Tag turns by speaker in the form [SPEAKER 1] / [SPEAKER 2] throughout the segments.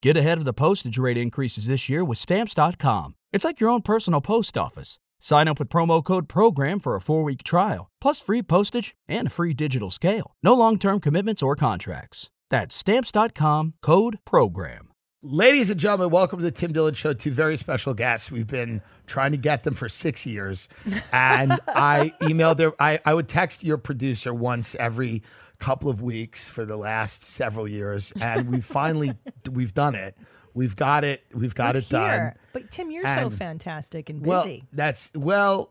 [SPEAKER 1] Get ahead of the postage rate increases this year with Stamps.com. It's like your own personal post office. Sign up with promo code PROGRAM for a four week trial, plus free postage and a free digital scale. No long term commitments or contracts. That's Stamps.com code PROGRAM.
[SPEAKER 2] Ladies and gentlemen, welcome to the Tim Dillon Show. Two very special guests. We've been trying to get them for six years. And I emailed their, I, I would text your producer once every couple of weeks for the last several years. And we finally, we've done it. We've got it. We've got
[SPEAKER 3] We're
[SPEAKER 2] it done.
[SPEAKER 3] here. But Tim, you're
[SPEAKER 2] And-
[SPEAKER 3] so fantastic and
[SPEAKER 2] Well,
[SPEAKER 3] busy.
[SPEAKER 2] that's, well,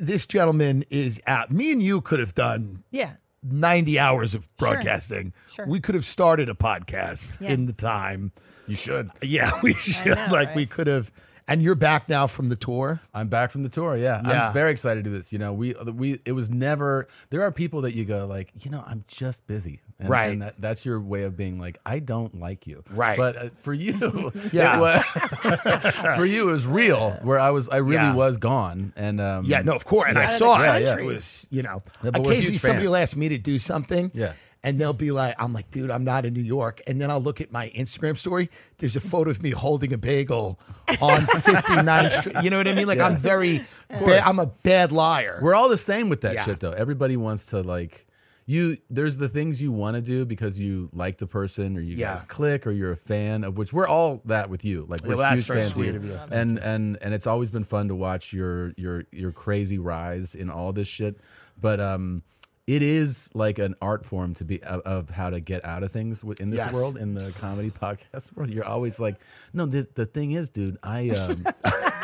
[SPEAKER 2] this gentleman is out. Me and you could have done
[SPEAKER 3] yeah.
[SPEAKER 2] 90 hours of broadcasting.
[SPEAKER 3] Sure.
[SPEAKER 2] We could have started a podcast
[SPEAKER 3] Yeah.
[SPEAKER 2] in the time.
[SPEAKER 4] You should.
[SPEAKER 2] Yeah, we should.
[SPEAKER 3] know,
[SPEAKER 2] like, we
[SPEAKER 3] right?
[SPEAKER 2] could have. And you're back now from the tour.
[SPEAKER 4] I'm back from the tour. Yeah,
[SPEAKER 2] Yeah.
[SPEAKER 4] I'm very excited to do this. You know, we we it was never. There are people that you go like, you know, I'm just busy. And,
[SPEAKER 2] Right.
[SPEAKER 4] And that, that's your way of being like, I don't like you.
[SPEAKER 2] Right.
[SPEAKER 4] But uh, for you,
[SPEAKER 2] Yeah.
[SPEAKER 4] yeah. for you, it was real. Where I was, I really
[SPEAKER 2] Yeah.
[SPEAKER 4] was gone. And um,
[SPEAKER 2] Yeah, no, of course. And I
[SPEAKER 3] Out of the
[SPEAKER 2] saw it.
[SPEAKER 4] Yeah,
[SPEAKER 2] It
[SPEAKER 4] yeah.
[SPEAKER 2] was, you know,
[SPEAKER 4] Yeah, but we're
[SPEAKER 2] occasionally
[SPEAKER 4] huge
[SPEAKER 2] somebody will
[SPEAKER 4] fans.
[SPEAKER 2] ask me to do something.
[SPEAKER 4] Yeah.
[SPEAKER 2] And they'll be like, I'm like, dude, I'm not in New York. And then I'll look at my Instagram story. There's a photo of me holding a bagel on 59th Street. You know what I mean? Like, I'm very, ba- I'm a bad liar.
[SPEAKER 4] We're all the same with that
[SPEAKER 2] Yeah.
[SPEAKER 4] shit though. Everybody wants to like you there's the things you want to do because you like the person or you
[SPEAKER 2] Yeah.
[SPEAKER 4] guys click or you're a fan of which we're all that with you. Like we're
[SPEAKER 2] well, that's
[SPEAKER 4] huge
[SPEAKER 2] very
[SPEAKER 4] fans
[SPEAKER 2] sweet
[SPEAKER 4] of
[SPEAKER 2] of
[SPEAKER 4] you.
[SPEAKER 2] you.
[SPEAKER 4] And and and it's always been fun to watch your your your crazy rise in all this shit. But um it is like an art form to be of, of how to get out of things wi- in this
[SPEAKER 2] Yes.
[SPEAKER 4] world in the comedy podcast world. You're always like, no, the, the thing is, dude, I um,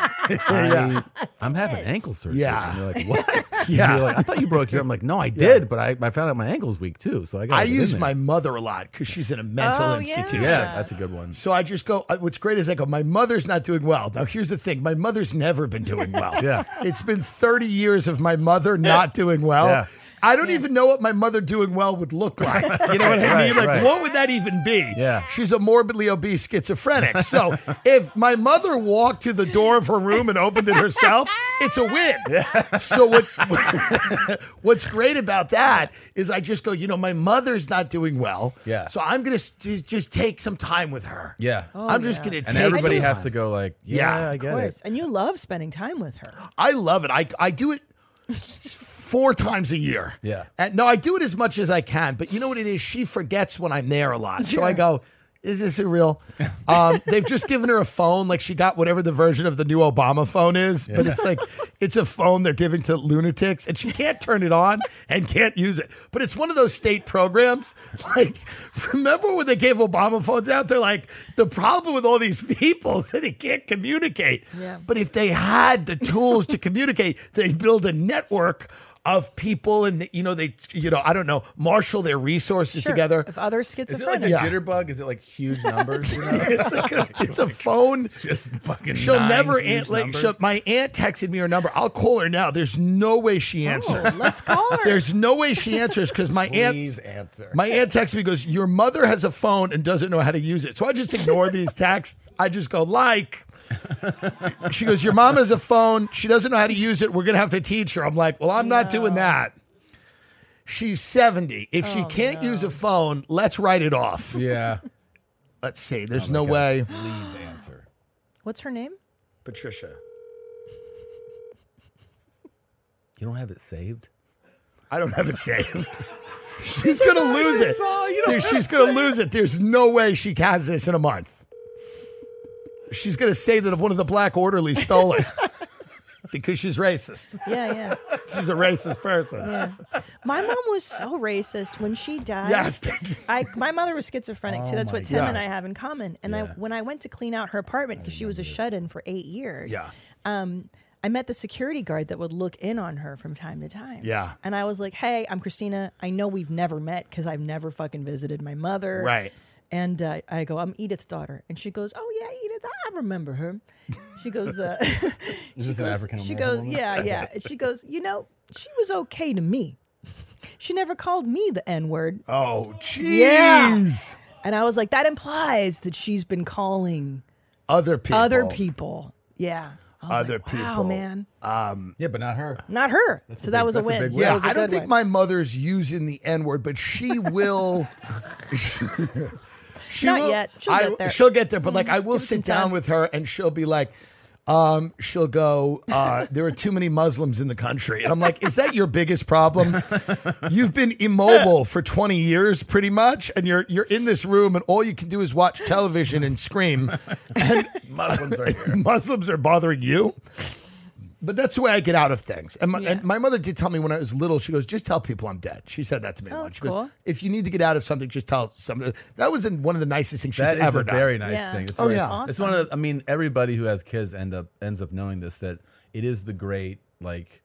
[SPEAKER 4] I, I'm having ankle surgery.
[SPEAKER 2] Yeah.
[SPEAKER 4] And you're like, what? And
[SPEAKER 2] Yeah.
[SPEAKER 4] You're like, I thought you broke your. I'm like, no, I did, but I, I found out my ankle's weak too. So I got.
[SPEAKER 2] I use my mother a lot because she's in a mental
[SPEAKER 3] Oh,
[SPEAKER 2] institution.
[SPEAKER 4] Yeah, that's a good one.
[SPEAKER 2] So I just go. uh, What's great is I go. My mother's not doing well. Now here's the thing. My mother's never been doing well.
[SPEAKER 4] Yeah.
[SPEAKER 2] it's been 30 years of my mother not doing well.
[SPEAKER 4] Yeah.
[SPEAKER 2] I don't even know what my mother doing well would look like. You know what I
[SPEAKER 4] Right,
[SPEAKER 2] mean? Like,
[SPEAKER 4] right.
[SPEAKER 2] what would that even be?
[SPEAKER 4] Yeah.
[SPEAKER 2] She's a morbidly obese schizophrenic. So if my mother walked to the door of her room and opened it herself, it's a win. So what's what's great about that is I just go, you know, my mother's not doing well.
[SPEAKER 4] Yeah.
[SPEAKER 2] So I'm gonna st- just take some time with her.
[SPEAKER 4] Yeah.
[SPEAKER 2] I'm just gonna
[SPEAKER 4] and
[SPEAKER 2] take.
[SPEAKER 4] everybody
[SPEAKER 2] some
[SPEAKER 4] has
[SPEAKER 2] time.
[SPEAKER 4] to go like,
[SPEAKER 2] Yeah,
[SPEAKER 4] yeah, I
[SPEAKER 3] Of
[SPEAKER 4] get
[SPEAKER 3] course.
[SPEAKER 4] it.
[SPEAKER 3] And you love spending time with her.
[SPEAKER 2] I love it. I I do it four times a year.
[SPEAKER 4] Yeah.
[SPEAKER 2] And no, I do it as much as I can. But you know what it is? She forgets when I'm there a lot. So I go. Is this a real? Um, they've just given her a phone. Like she got whatever the version of the new Obama phone is, but it's like it's a phone they're giving to lunatics, and she can't turn it on and can't use it. But it's one of those state programs. Like, remember when they gave Obama phones out? They're like, the problem with all these people is that they can't communicate.
[SPEAKER 3] Yeah.
[SPEAKER 2] But if they had the tools to communicate, they'd build a network of people, and you know they, you know, I don't know, marshal their resources
[SPEAKER 3] Sure.
[SPEAKER 2] together.
[SPEAKER 3] If other
[SPEAKER 4] Is it like
[SPEAKER 3] schizophrenic.
[SPEAKER 4] a
[SPEAKER 2] Yeah.
[SPEAKER 4] jitterbug? Is it like huge numbers? You know?
[SPEAKER 2] It's like a, it's a phone.
[SPEAKER 4] just fucking.
[SPEAKER 2] She'll
[SPEAKER 4] nine
[SPEAKER 2] never
[SPEAKER 4] huge
[SPEAKER 2] aunt, like
[SPEAKER 4] numbers.
[SPEAKER 2] she'll, my aunt texted me her number. I'll call her now. There's no way she answers.
[SPEAKER 3] Oh, let's call her.
[SPEAKER 2] There's no way she answers because my
[SPEAKER 4] Please
[SPEAKER 2] aunt
[SPEAKER 4] answer.
[SPEAKER 2] my aunt texts me goes, Your mother has a phone and doesn't know how to use it. So I just ignore these texts. I just go, like she goes, Your mom has a phone, she doesn't know how to use it. We're gonna have to teach her. I'm like, Well, I'm not doing that. She's 70. If she can't use a phone, let's write it off.
[SPEAKER 4] yeah. Oh
[SPEAKER 2] Let's see. There's no
[SPEAKER 4] God.
[SPEAKER 2] way.
[SPEAKER 4] Please answer.
[SPEAKER 3] What's her name?
[SPEAKER 2] Patricia.
[SPEAKER 4] You don't have it saved.
[SPEAKER 2] I don't have it saved. She's gonna lose it.
[SPEAKER 4] saw, you don't
[SPEAKER 2] Dude,
[SPEAKER 4] have
[SPEAKER 2] she's
[SPEAKER 4] it
[SPEAKER 2] gonna lose it. There's no way she has this in a month. She's gonna say that one of the black orderlies stole it because she's racist.
[SPEAKER 3] Yeah, yeah.
[SPEAKER 2] She's a racist person.
[SPEAKER 3] My mom was so racist when she died.
[SPEAKER 2] Yes.
[SPEAKER 3] I, my mother was schizophrenic too. That's
[SPEAKER 4] my
[SPEAKER 3] what Tim
[SPEAKER 2] God.
[SPEAKER 3] and I have in common. And I,
[SPEAKER 4] Yeah.
[SPEAKER 3] when I went to clean out her apartment because she was a shut-in for eight years,
[SPEAKER 2] Yeah.
[SPEAKER 3] um, I met the security guard that would look in on her from time to time.
[SPEAKER 2] Yeah.
[SPEAKER 3] and I was like, "Hey, I'm Christina. I know we've never met because I've never fucking visited my mother."
[SPEAKER 2] Right.
[SPEAKER 3] And uh, I go, "I'm Edith's daughter," and she goes, "Oh yeah, Edith, I remember her." She goes, uh, "She
[SPEAKER 4] this an
[SPEAKER 3] goes,
[SPEAKER 4] African
[SPEAKER 3] she
[SPEAKER 4] American
[SPEAKER 3] goes,
[SPEAKER 4] woman?
[SPEAKER 3] yeah, yeah." And she goes, "You know, she was okay to me. She never called me the N word."
[SPEAKER 2] Oh,
[SPEAKER 3] Yeah.
[SPEAKER 2] jeez.
[SPEAKER 3] And I was like, that implies that she's been calling
[SPEAKER 2] Other people.
[SPEAKER 3] other people. Yeah. I was
[SPEAKER 2] Other
[SPEAKER 3] like, wow,
[SPEAKER 2] people.
[SPEAKER 3] man.
[SPEAKER 4] Yeah, but not her.
[SPEAKER 3] Not her. so that
[SPEAKER 4] big-
[SPEAKER 3] was a
[SPEAKER 4] that's a
[SPEAKER 3] win.
[SPEAKER 4] big
[SPEAKER 3] That
[SPEAKER 4] win.
[SPEAKER 2] Yeah,
[SPEAKER 3] was a
[SPEAKER 2] I don't
[SPEAKER 3] good
[SPEAKER 2] think
[SPEAKER 3] one.
[SPEAKER 2] my mother's using the N word, but she will. She
[SPEAKER 3] Not
[SPEAKER 2] will,
[SPEAKER 3] yet. She'll
[SPEAKER 2] I-
[SPEAKER 3] get there. Mm-hmm.
[SPEAKER 2] She'll get there, but like I will
[SPEAKER 3] Give her some
[SPEAKER 2] sit down
[SPEAKER 3] time.
[SPEAKER 2] with her and she'll be like, um, she'll go, uh, there are too many Muslims in the country. And I'm like, is that your biggest problem? You've been immobile for 20 years pretty much, and you're you're in this room and all you can do is watch television and scream.
[SPEAKER 4] Muslims are here.
[SPEAKER 2] Muslims are bothering you. But that's the way I get out of things. And my,
[SPEAKER 3] Yeah.
[SPEAKER 2] and my mother did tell me when I was little, she goes, just tell people I'm dead. She said that to me
[SPEAKER 3] Oh,
[SPEAKER 2] once. She
[SPEAKER 3] that's
[SPEAKER 2] goes,
[SPEAKER 3] cool.
[SPEAKER 2] if you need to get out of something, just tell somebody. That was in one of the nicest things she's
[SPEAKER 4] That is
[SPEAKER 2] ever
[SPEAKER 4] a
[SPEAKER 2] done.
[SPEAKER 4] very nice
[SPEAKER 3] Yeah.
[SPEAKER 4] thing. It's
[SPEAKER 2] Oh,
[SPEAKER 4] very-
[SPEAKER 2] yeah.
[SPEAKER 4] it's one of. The, I mean, everybody who has kids end up ends up knowing this that it is the great like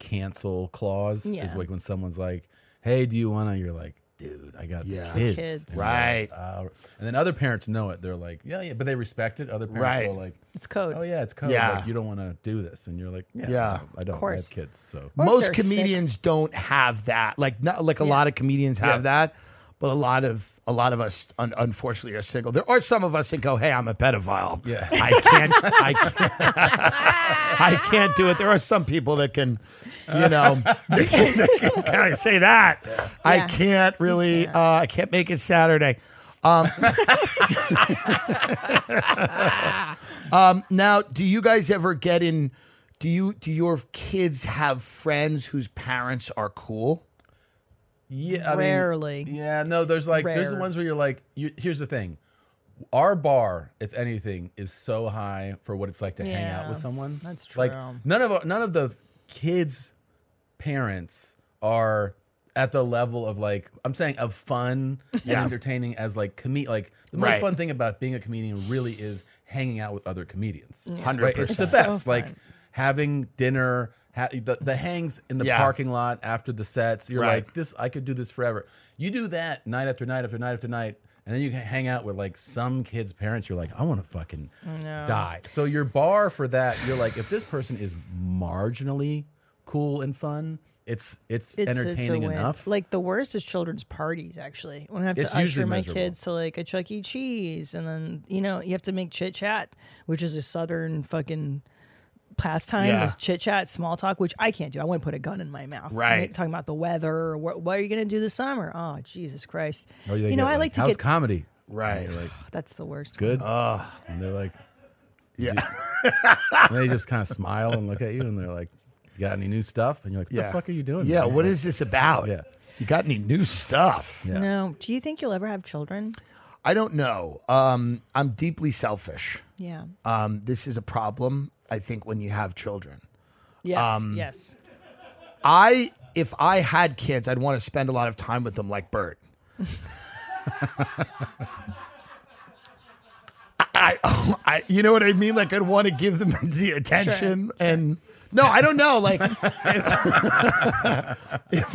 [SPEAKER 4] cancel clause is
[SPEAKER 3] Yeah.
[SPEAKER 4] like when someone's like, "Hey, do you wanna?" You're like, "Dude, I got
[SPEAKER 2] Yeah.
[SPEAKER 4] kids."
[SPEAKER 3] Kids.
[SPEAKER 4] And they're like,
[SPEAKER 2] Right.
[SPEAKER 4] "Uh," and then other parents know it. They're like, "Yeah, yeah," but they respect it. Other parents
[SPEAKER 2] Right.
[SPEAKER 4] go like,
[SPEAKER 3] It's code.
[SPEAKER 4] "Oh yeah, it's code.
[SPEAKER 2] Yeah.
[SPEAKER 4] Like, you don't want to do this," and you're like, "Yeah,
[SPEAKER 2] Yeah.
[SPEAKER 4] I don't. I
[SPEAKER 3] course.
[SPEAKER 4] have kids, so."
[SPEAKER 3] Or if
[SPEAKER 2] Most
[SPEAKER 3] they're sick.
[SPEAKER 2] comedians don't have that. Like not like a lot of comedians have that, but a lot of a lot of us un- unfortunately are single. There are some of us that go, "Hey, I'm a pedophile.
[SPEAKER 4] Yeah.
[SPEAKER 2] I can't, I can't, I can't do it." There are some people that can, you know, they can, they can, "Can I say that? I
[SPEAKER 3] Yeah.
[SPEAKER 2] can't really. Uh, I can't make it Saturday. Um, um, Now, do you guys ever get in? Do you do your kids have friends whose parents are cool?
[SPEAKER 4] Yeah, I mean,
[SPEAKER 3] Rarely.
[SPEAKER 4] yeah, no. There's like there's the
[SPEAKER 3] Rare.
[SPEAKER 4] ones where you're like, you, here's the thing, our bar, if anything, is so high for what it's like to hang out
[SPEAKER 3] Yeah,
[SPEAKER 4] with someone.
[SPEAKER 3] that's
[SPEAKER 4] Like
[SPEAKER 3] true.
[SPEAKER 4] none of none of the kids' parents are at the level of like I'm saying of fun and entertaining as like comed like the most
[SPEAKER 2] Right.
[SPEAKER 4] fun thing about being a comedian really is hanging out with other comedians.
[SPEAKER 2] Hundred
[SPEAKER 4] Right? It's the
[SPEAKER 2] percent.
[SPEAKER 4] best.
[SPEAKER 3] So
[SPEAKER 4] like having dinner, ha- the, the hangs in the
[SPEAKER 2] Yeah.
[SPEAKER 4] parking lot after the sets. You're
[SPEAKER 2] Right.
[SPEAKER 4] like, this, I could do this forever. You do that night after night after night after night. And then you can hang out with like some kids' parents. You're like, I want to fucking die. So your bar for that, you're like, if this person is marginally cool and fun, it's it's,
[SPEAKER 3] It's, it's a
[SPEAKER 4] entertaining
[SPEAKER 3] win.
[SPEAKER 4] enough.
[SPEAKER 3] Like the worst is children's parties. Actually, when I have
[SPEAKER 4] It's
[SPEAKER 3] to
[SPEAKER 4] usually
[SPEAKER 3] usher my
[SPEAKER 4] miserable.
[SPEAKER 3] kids to like a Chuck E. Cheese, and then you know you have to make chit chat, which is a southern fucking pastime.
[SPEAKER 2] Yeah.
[SPEAKER 3] Is chit chat, small talk, which I can't do. I wouldn't put a gun in my mouth.
[SPEAKER 2] Right.
[SPEAKER 3] Talking about the weather. Or what, what are you going to do this summer? Oh, Jesus Christ.
[SPEAKER 4] Or
[SPEAKER 3] you
[SPEAKER 4] they
[SPEAKER 3] know,
[SPEAKER 4] get
[SPEAKER 3] I like to
[SPEAKER 4] how's
[SPEAKER 3] get.
[SPEAKER 4] comedy.
[SPEAKER 2] Right.
[SPEAKER 4] And you're like,
[SPEAKER 3] that's the worst.
[SPEAKER 4] good. and they're like,
[SPEAKER 2] Yeah.
[SPEAKER 4] and they just kind of smile and look at you and they're like, you got any new stuff? And you're like, what the fuck are you doing?
[SPEAKER 2] Yeah,
[SPEAKER 4] man?"
[SPEAKER 2] what is this about?
[SPEAKER 4] Yeah.
[SPEAKER 2] You got any new stuff?
[SPEAKER 4] Yeah.
[SPEAKER 3] No. Do you think you'll ever have children?
[SPEAKER 2] I don't know. Um, I'm deeply selfish.
[SPEAKER 3] Yeah.
[SPEAKER 2] Um, this is a problem, I think, when you have children.
[SPEAKER 3] Yes.
[SPEAKER 4] Um,
[SPEAKER 3] yes.
[SPEAKER 2] I, if I had kids, I'd want to spend a lot of time with them like Bert. I, I, you know what I mean? Like I'd want to give them the attention and no, I don't know. Like if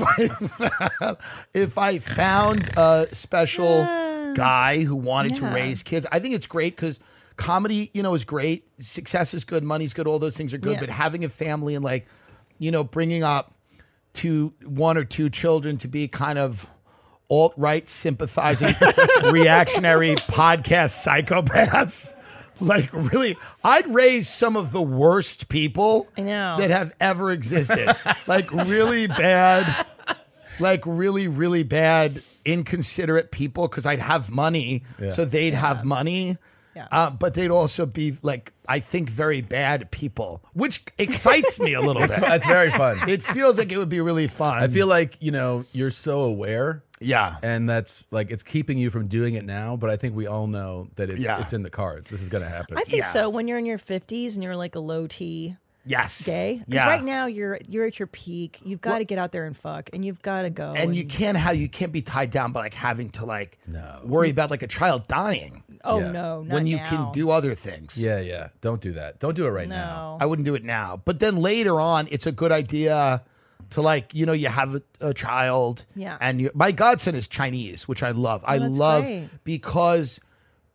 [SPEAKER 2] I if I found a special guy who wanted to
[SPEAKER 3] Yeah.
[SPEAKER 2] raise kids, I think it's great because comedy, you know, is great. Success is good, money's good, all those things are good.
[SPEAKER 3] Yeah.
[SPEAKER 2] But having a family and like, you know, bringing up two, one or two children to be kind of alt right sympathizing reactionary podcast psychopaths. Like really, I'd raise some of the worst people
[SPEAKER 3] I know.
[SPEAKER 2] that have ever existed. like really bad, like really really bad, inconsiderate people. Because I'd have money, so they'd have money.
[SPEAKER 3] Yeah.
[SPEAKER 2] Uh, but they'd also be like, I think, very bad people, which excites me a little bit.
[SPEAKER 4] That's very fun.
[SPEAKER 2] It feels like it would be really fun.
[SPEAKER 4] I feel like, you know, you're so
[SPEAKER 2] Mm.
[SPEAKER 4] aware.
[SPEAKER 2] yeah,
[SPEAKER 4] And that's like it's keeping you from doing it now, but I think we all know that it's
[SPEAKER 2] Yeah.
[SPEAKER 4] it's in the cards. This is gonna happen.
[SPEAKER 3] I think
[SPEAKER 2] Yeah.
[SPEAKER 3] so. When you're in your 50s and you're like a low T
[SPEAKER 2] yes,
[SPEAKER 3] gay, because
[SPEAKER 2] Yeah.
[SPEAKER 3] right now you're you're at your peak. You've got to get out there and fuck, and you've got to go.
[SPEAKER 2] and you can't how you can't be tied down by like having to like worry about like a child dying
[SPEAKER 3] oh
[SPEAKER 4] Yeah.
[SPEAKER 3] no, not
[SPEAKER 2] when you can
[SPEAKER 3] now.
[SPEAKER 2] do other things.
[SPEAKER 4] yeah, yeah. Don't do that. Don't do it right now.
[SPEAKER 3] no.
[SPEAKER 2] I wouldn't do it now, but then later on, it's a good idea to like you know you have a, a child.
[SPEAKER 3] Yeah. Oh,
[SPEAKER 2] and you, my godson is Chinese, which I love. I
[SPEAKER 3] that's
[SPEAKER 2] love
[SPEAKER 3] great.
[SPEAKER 2] because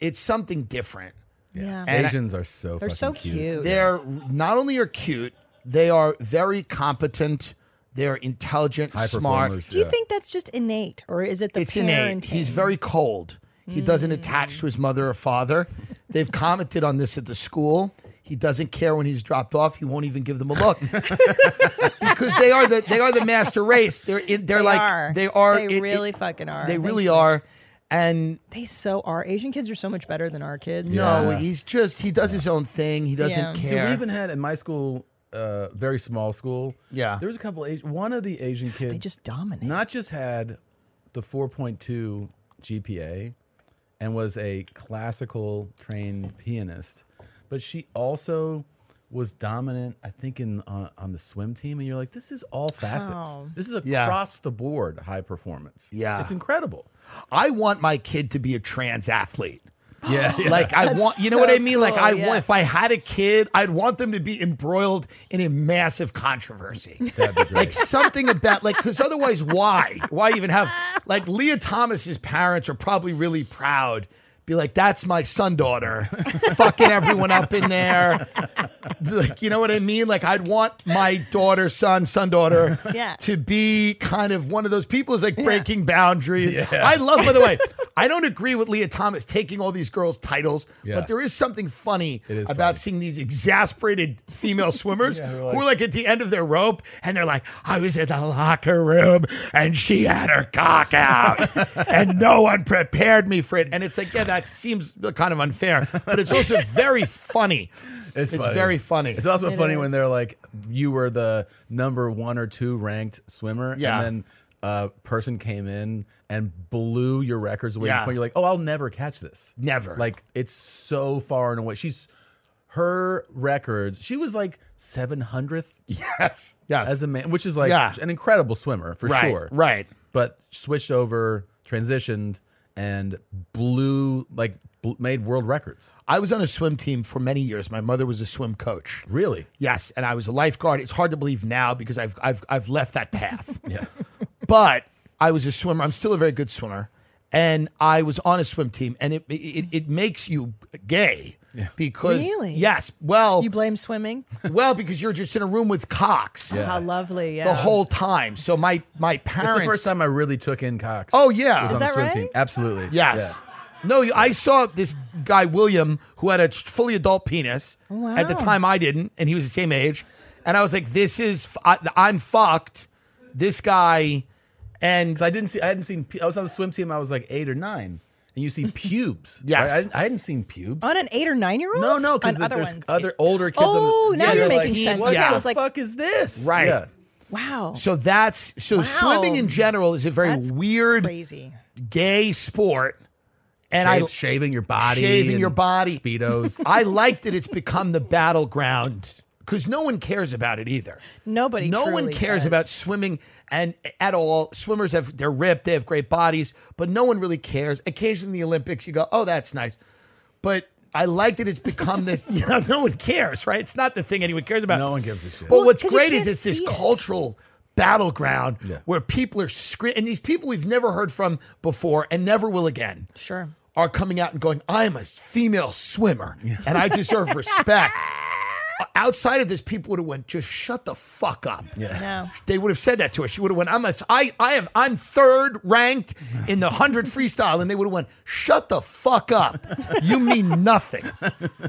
[SPEAKER 2] it's something different.
[SPEAKER 3] yeah,
[SPEAKER 2] And I-
[SPEAKER 4] Asians are so
[SPEAKER 3] they're
[SPEAKER 4] fucking
[SPEAKER 3] so cute.
[SPEAKER 2] They're not only are cute, they are very competent. They're intelligent,
[SPEAKER 4] High
[SPEAKER 2] smart.
[SPEAKER 4] performers.
[SPEAKER 3] do you
[SPEAKER 4] yeah.
[SPEAKER 3] think that's just innate, or is it the
[SPEAKER 2] it's
[SPEAKER 3] parenting?
[SPEAKER 2] innate. He's very cold. He
[SPEAKER 3] Mm.
[SPEAKER 2] doesn't attach to his mother or father. They've commented on this at the school. He doesn't care when he's dropped off. He won't even give them a look because they are the they are the master race. They're in, they're
[SPEAKER 3] They
[SPEAKER 2] like
[SPEAKER 3] are.
[SPEAKER 2] they are
[SPEAKER 3] They
[SPEAKER 2] it- it-
[SPEAKER 3] really fucking are.
[SPEAKER 2] They
[SPEAKER 3] Thanks,
[SPEAKER 2] really
[SPEAKER 3] Nick.
[SPEAKER 2] are. And
[SPEAKER 3] They so are. Asian kids are so much better than our kids.
[SPEAKER 2] no,
[SPEAKER 4] Yeah.
[SPEAKER 2] he's just he does his own thing. He doesn't
[SPEAKER 3] Yeah.
[SPEAKER 2] care.
[SPEAKER 4] We even had in my school, uh, very small school.
[SPEAKER 2] Yeah.
[SPEAKER 4] there was a couple. Of, Asi- one of the Asian kids
[SPEAKER 3] They just dominate.
[SPEAKER 4] not just had the 4.2 GPA and was a classical trained pianist, but she also was dominant, I think, in on on the swim team. And you're like, this is all facets.
[SPEAKER 3] Wow.
[SPEAKER 4] This is
[SPEAKER 2] Yeah.
[SPEAKER 4] across the board high performance.
[SPEAKER 2] Yeah.
[SPEAKER 4] it's incredible.
[SPEAKER 2] I want my kid to be a trans athlete.
[SPEAKER 4] Yeah, yeah.
[SPEAKER 2] Like I
[SPEAKER 3] That's
[SPEAKER 2] want, you know what
[SPEAKER 3] so
[SPEAKER 2] I mean? Like
[SPEAKER 3] cool,
[SPEAKER 2] I
[SPEAKER 3] yeah.
[SPEAKER 2] want, if I had a kid, I'd want them to be embroiled in a massive controversy.
[SPEAKER 4] That'd be
[SPEAKER 2] like
[SPEAKER 4] great.
[SPEAKER 2] something about like, because otherwise, why? Why even have like Leah Thomas's parents are probably really proud. Be like, that's my son daughter, fucking everyone up in there. Like, you know what I mean? Like, I'd want my daughter, son, son daughter,
[SPEAKER 3] Yeah.
[SPEAKER 2] to be kind of one of those people who's like breaking boundaries. I love, by the way, I don't agree with Leah Thomas taking all these girls' titles,
[SPEAKER 4] Yeah.
[SPEAKER 2] but there is something funny
[SPEAKER 4] It is
[SPEAKER 2] about
[SPEAKER 4] funny.
[SPEAKER 2] seeing these exasperated female swimmers
[SPEAKER 4] Yeah, they're
[SPEAKER 2] who are
[SPEAKER 4] like-
[SPEAKER 2] like at the end of their rope and they're like, I was in the locker room and she had her cock out and no one prepared me for it. And it's like, yeah, that seems kind of unfair, but it's also very funny.
[SPEAKER 4] It's, funny.
[SPEAKER 2] very funny.
[SPEAKER 4] It's also
[SPEAKER 3] It
[SPEAKER 4] funny when
[SPEAKER 3] is.
[SPEAKER 4] they're like, you were the number one or two ranked swimmer,
[SPEAKER 2] Yeah.
[SPEAKER 4] and then a person came in and blew your records away.
[SPEAKER 2] Yeah.
[SPEAKER 4] Yeah. You're like, oh, I'll never catch this.
[SPEAKER 2] Never.
[SPEAKER 4] Like it's so far and away. She's her records. She was like seven hundredth
[SPEAKER 2] Yes. Yes.
[SPEAKER 4] as a man, which is like
[SPEAKER 2] Yeah.
[SPEAKER 4] an incredible swimmer for
[SPEAKER 2] right.
[SPEAKER 4] sure.
[SPEAKER 2] Right.
[SPEAKER 4] But switched over, transitioned, and blew like bl- made world records.
[SPEAKER 2] I was on a swim team for many years. My mother was a swim coach.
[SPEAKER 4] Really?
[SPEAKER 2] Yes, and I was a lifeguard. It's hard to believe now because I've I've I've left that path.
[SPEAKER 4] Yeah.
[SPEAKER 2] but I was a swimmer. I'm still a very good swimmer, and I was on a swim team, and it it, it makes you gay because
[SPEAKER 3] Really?
[SPEAKER 2] yes, well,
[SPEAKER 3] You blame swimming?
[SPEAKER 2] well because you're just in a room with cocks
[SPEAKER 4] Yeah.
[SPEAKER 3] How lovely. Yeah.
[SPEAKER 2] the whole time. So my my parents.
[SPEAKER 4] It's the first time I really took in Cox.
[SPEAKER 2] Oh yeah,
[SPEAKER 4] was
[SPEAKER 3] Is
[SPEAKER 4] on
[SPEAKER 3] that
[SPEAKER 4] the swim
[SPEAKER 3] right?
[SPEAKER 4] team. Absolutely.
[SPEAKER 2] Yes. No, you- I saw this guy William who had a tr- fully adult penis. At the
[SPEAKER 3] Oh, Wow.
[SPEAKER 2] time, I didn't, and he was the same age. And I was like, "This is f- I, I'm fucked." This guy, and
[SPEAKER 4] Because I didn't see, I hadn't seen, pu- I was on the swim team, I was like eight or nine, and you see pubes.
[SPEAKER 2] Yes.
[SPEAKER 4] right? I, I hadn't seen pubes.
[SPEAKER 3] On an eight or nine year old?
[SPEAKER 4] no, no, because
[SPEAKER 3] Oh, on other
[SPEAKER 4] there's
[SPEAKER 3] ones.
[SPEAKER 4] other older kids.
[SPEAKER 3] Oh,
[SPEAKER 4] on the,
[SPEAKER 3] now you're
[SPEAKER 4] they're
[SPEAKER 3] making sense.
[SPEAKER 4] What
[SPEAKER 2] Okay, I
[SPEAKER 4] the
[SPEAKER 2] was
[SPEAKER 3] like-
[SPEAKER 4] fuck is this?
[SPEAKER 2] Right.
[SPEAKER 4] Yeah.
[SPEAKER 3] wow.
[SPEAKER 2] so that's so swimming in general is a very
[SPEAKER 3] That's
[SPEAKER 2] weird
[SPEAKER 3] Crazy.
[SPEAKER 2] gay sport, and
[SPEAKER 4] Shave-
[SPEAKER 2] I
[SPEAKER 4] shaving your body.
[SPEAKER 2] Shaving
[SPEAKER 4] and
[SPEAKER 2] your body.
[SPEAKER 4] Speedos.
[SPEAKER 2] I like that it's become the battleground because no one cares about it either.
[SPEAKER 3] Nobody
[SPEAKER 2] no one
[SPEAKER 3] truly
[SPEAKER 2] cares
[SPEAKER 3] does.
[SPEAKER 2] about swimming and at all swimmers have they're ripped they have great bodies but no one really cares occasionally in the olympics you go oh that's nice but i like that it's become this you know no one cares right it's not the thing anyone cares about
[SPEAKER 4] no one gives a shit.
[SPEAKER 2] but what's
[SPEAKER 3] 'cause you
[SPEAKER 2] great is
[SPEAKER 3] can't
[SPEAKER 2] it's this
[SPEAKER 3] see it.
[SPEAKER 2] cultural battleground
[SPEAKER 4] Yeah.
[SPEAKER 2] where people are screaming and these people we've never heard from before and never will again
[SPEAKER 3] Sure.
[SPEAKER 2] are coming out and going, I'm a female swimmer and I deserve respect. Outside of this, people would have went, just shut the fuck up.
[SPEAKER 3] No.
[SPEAKER 2] They would have said that to her. She would have went, I'm a, I, I have, I'm third ranked in the 100 freestyle. And they would have went, shut the fuck up. You mean nothing.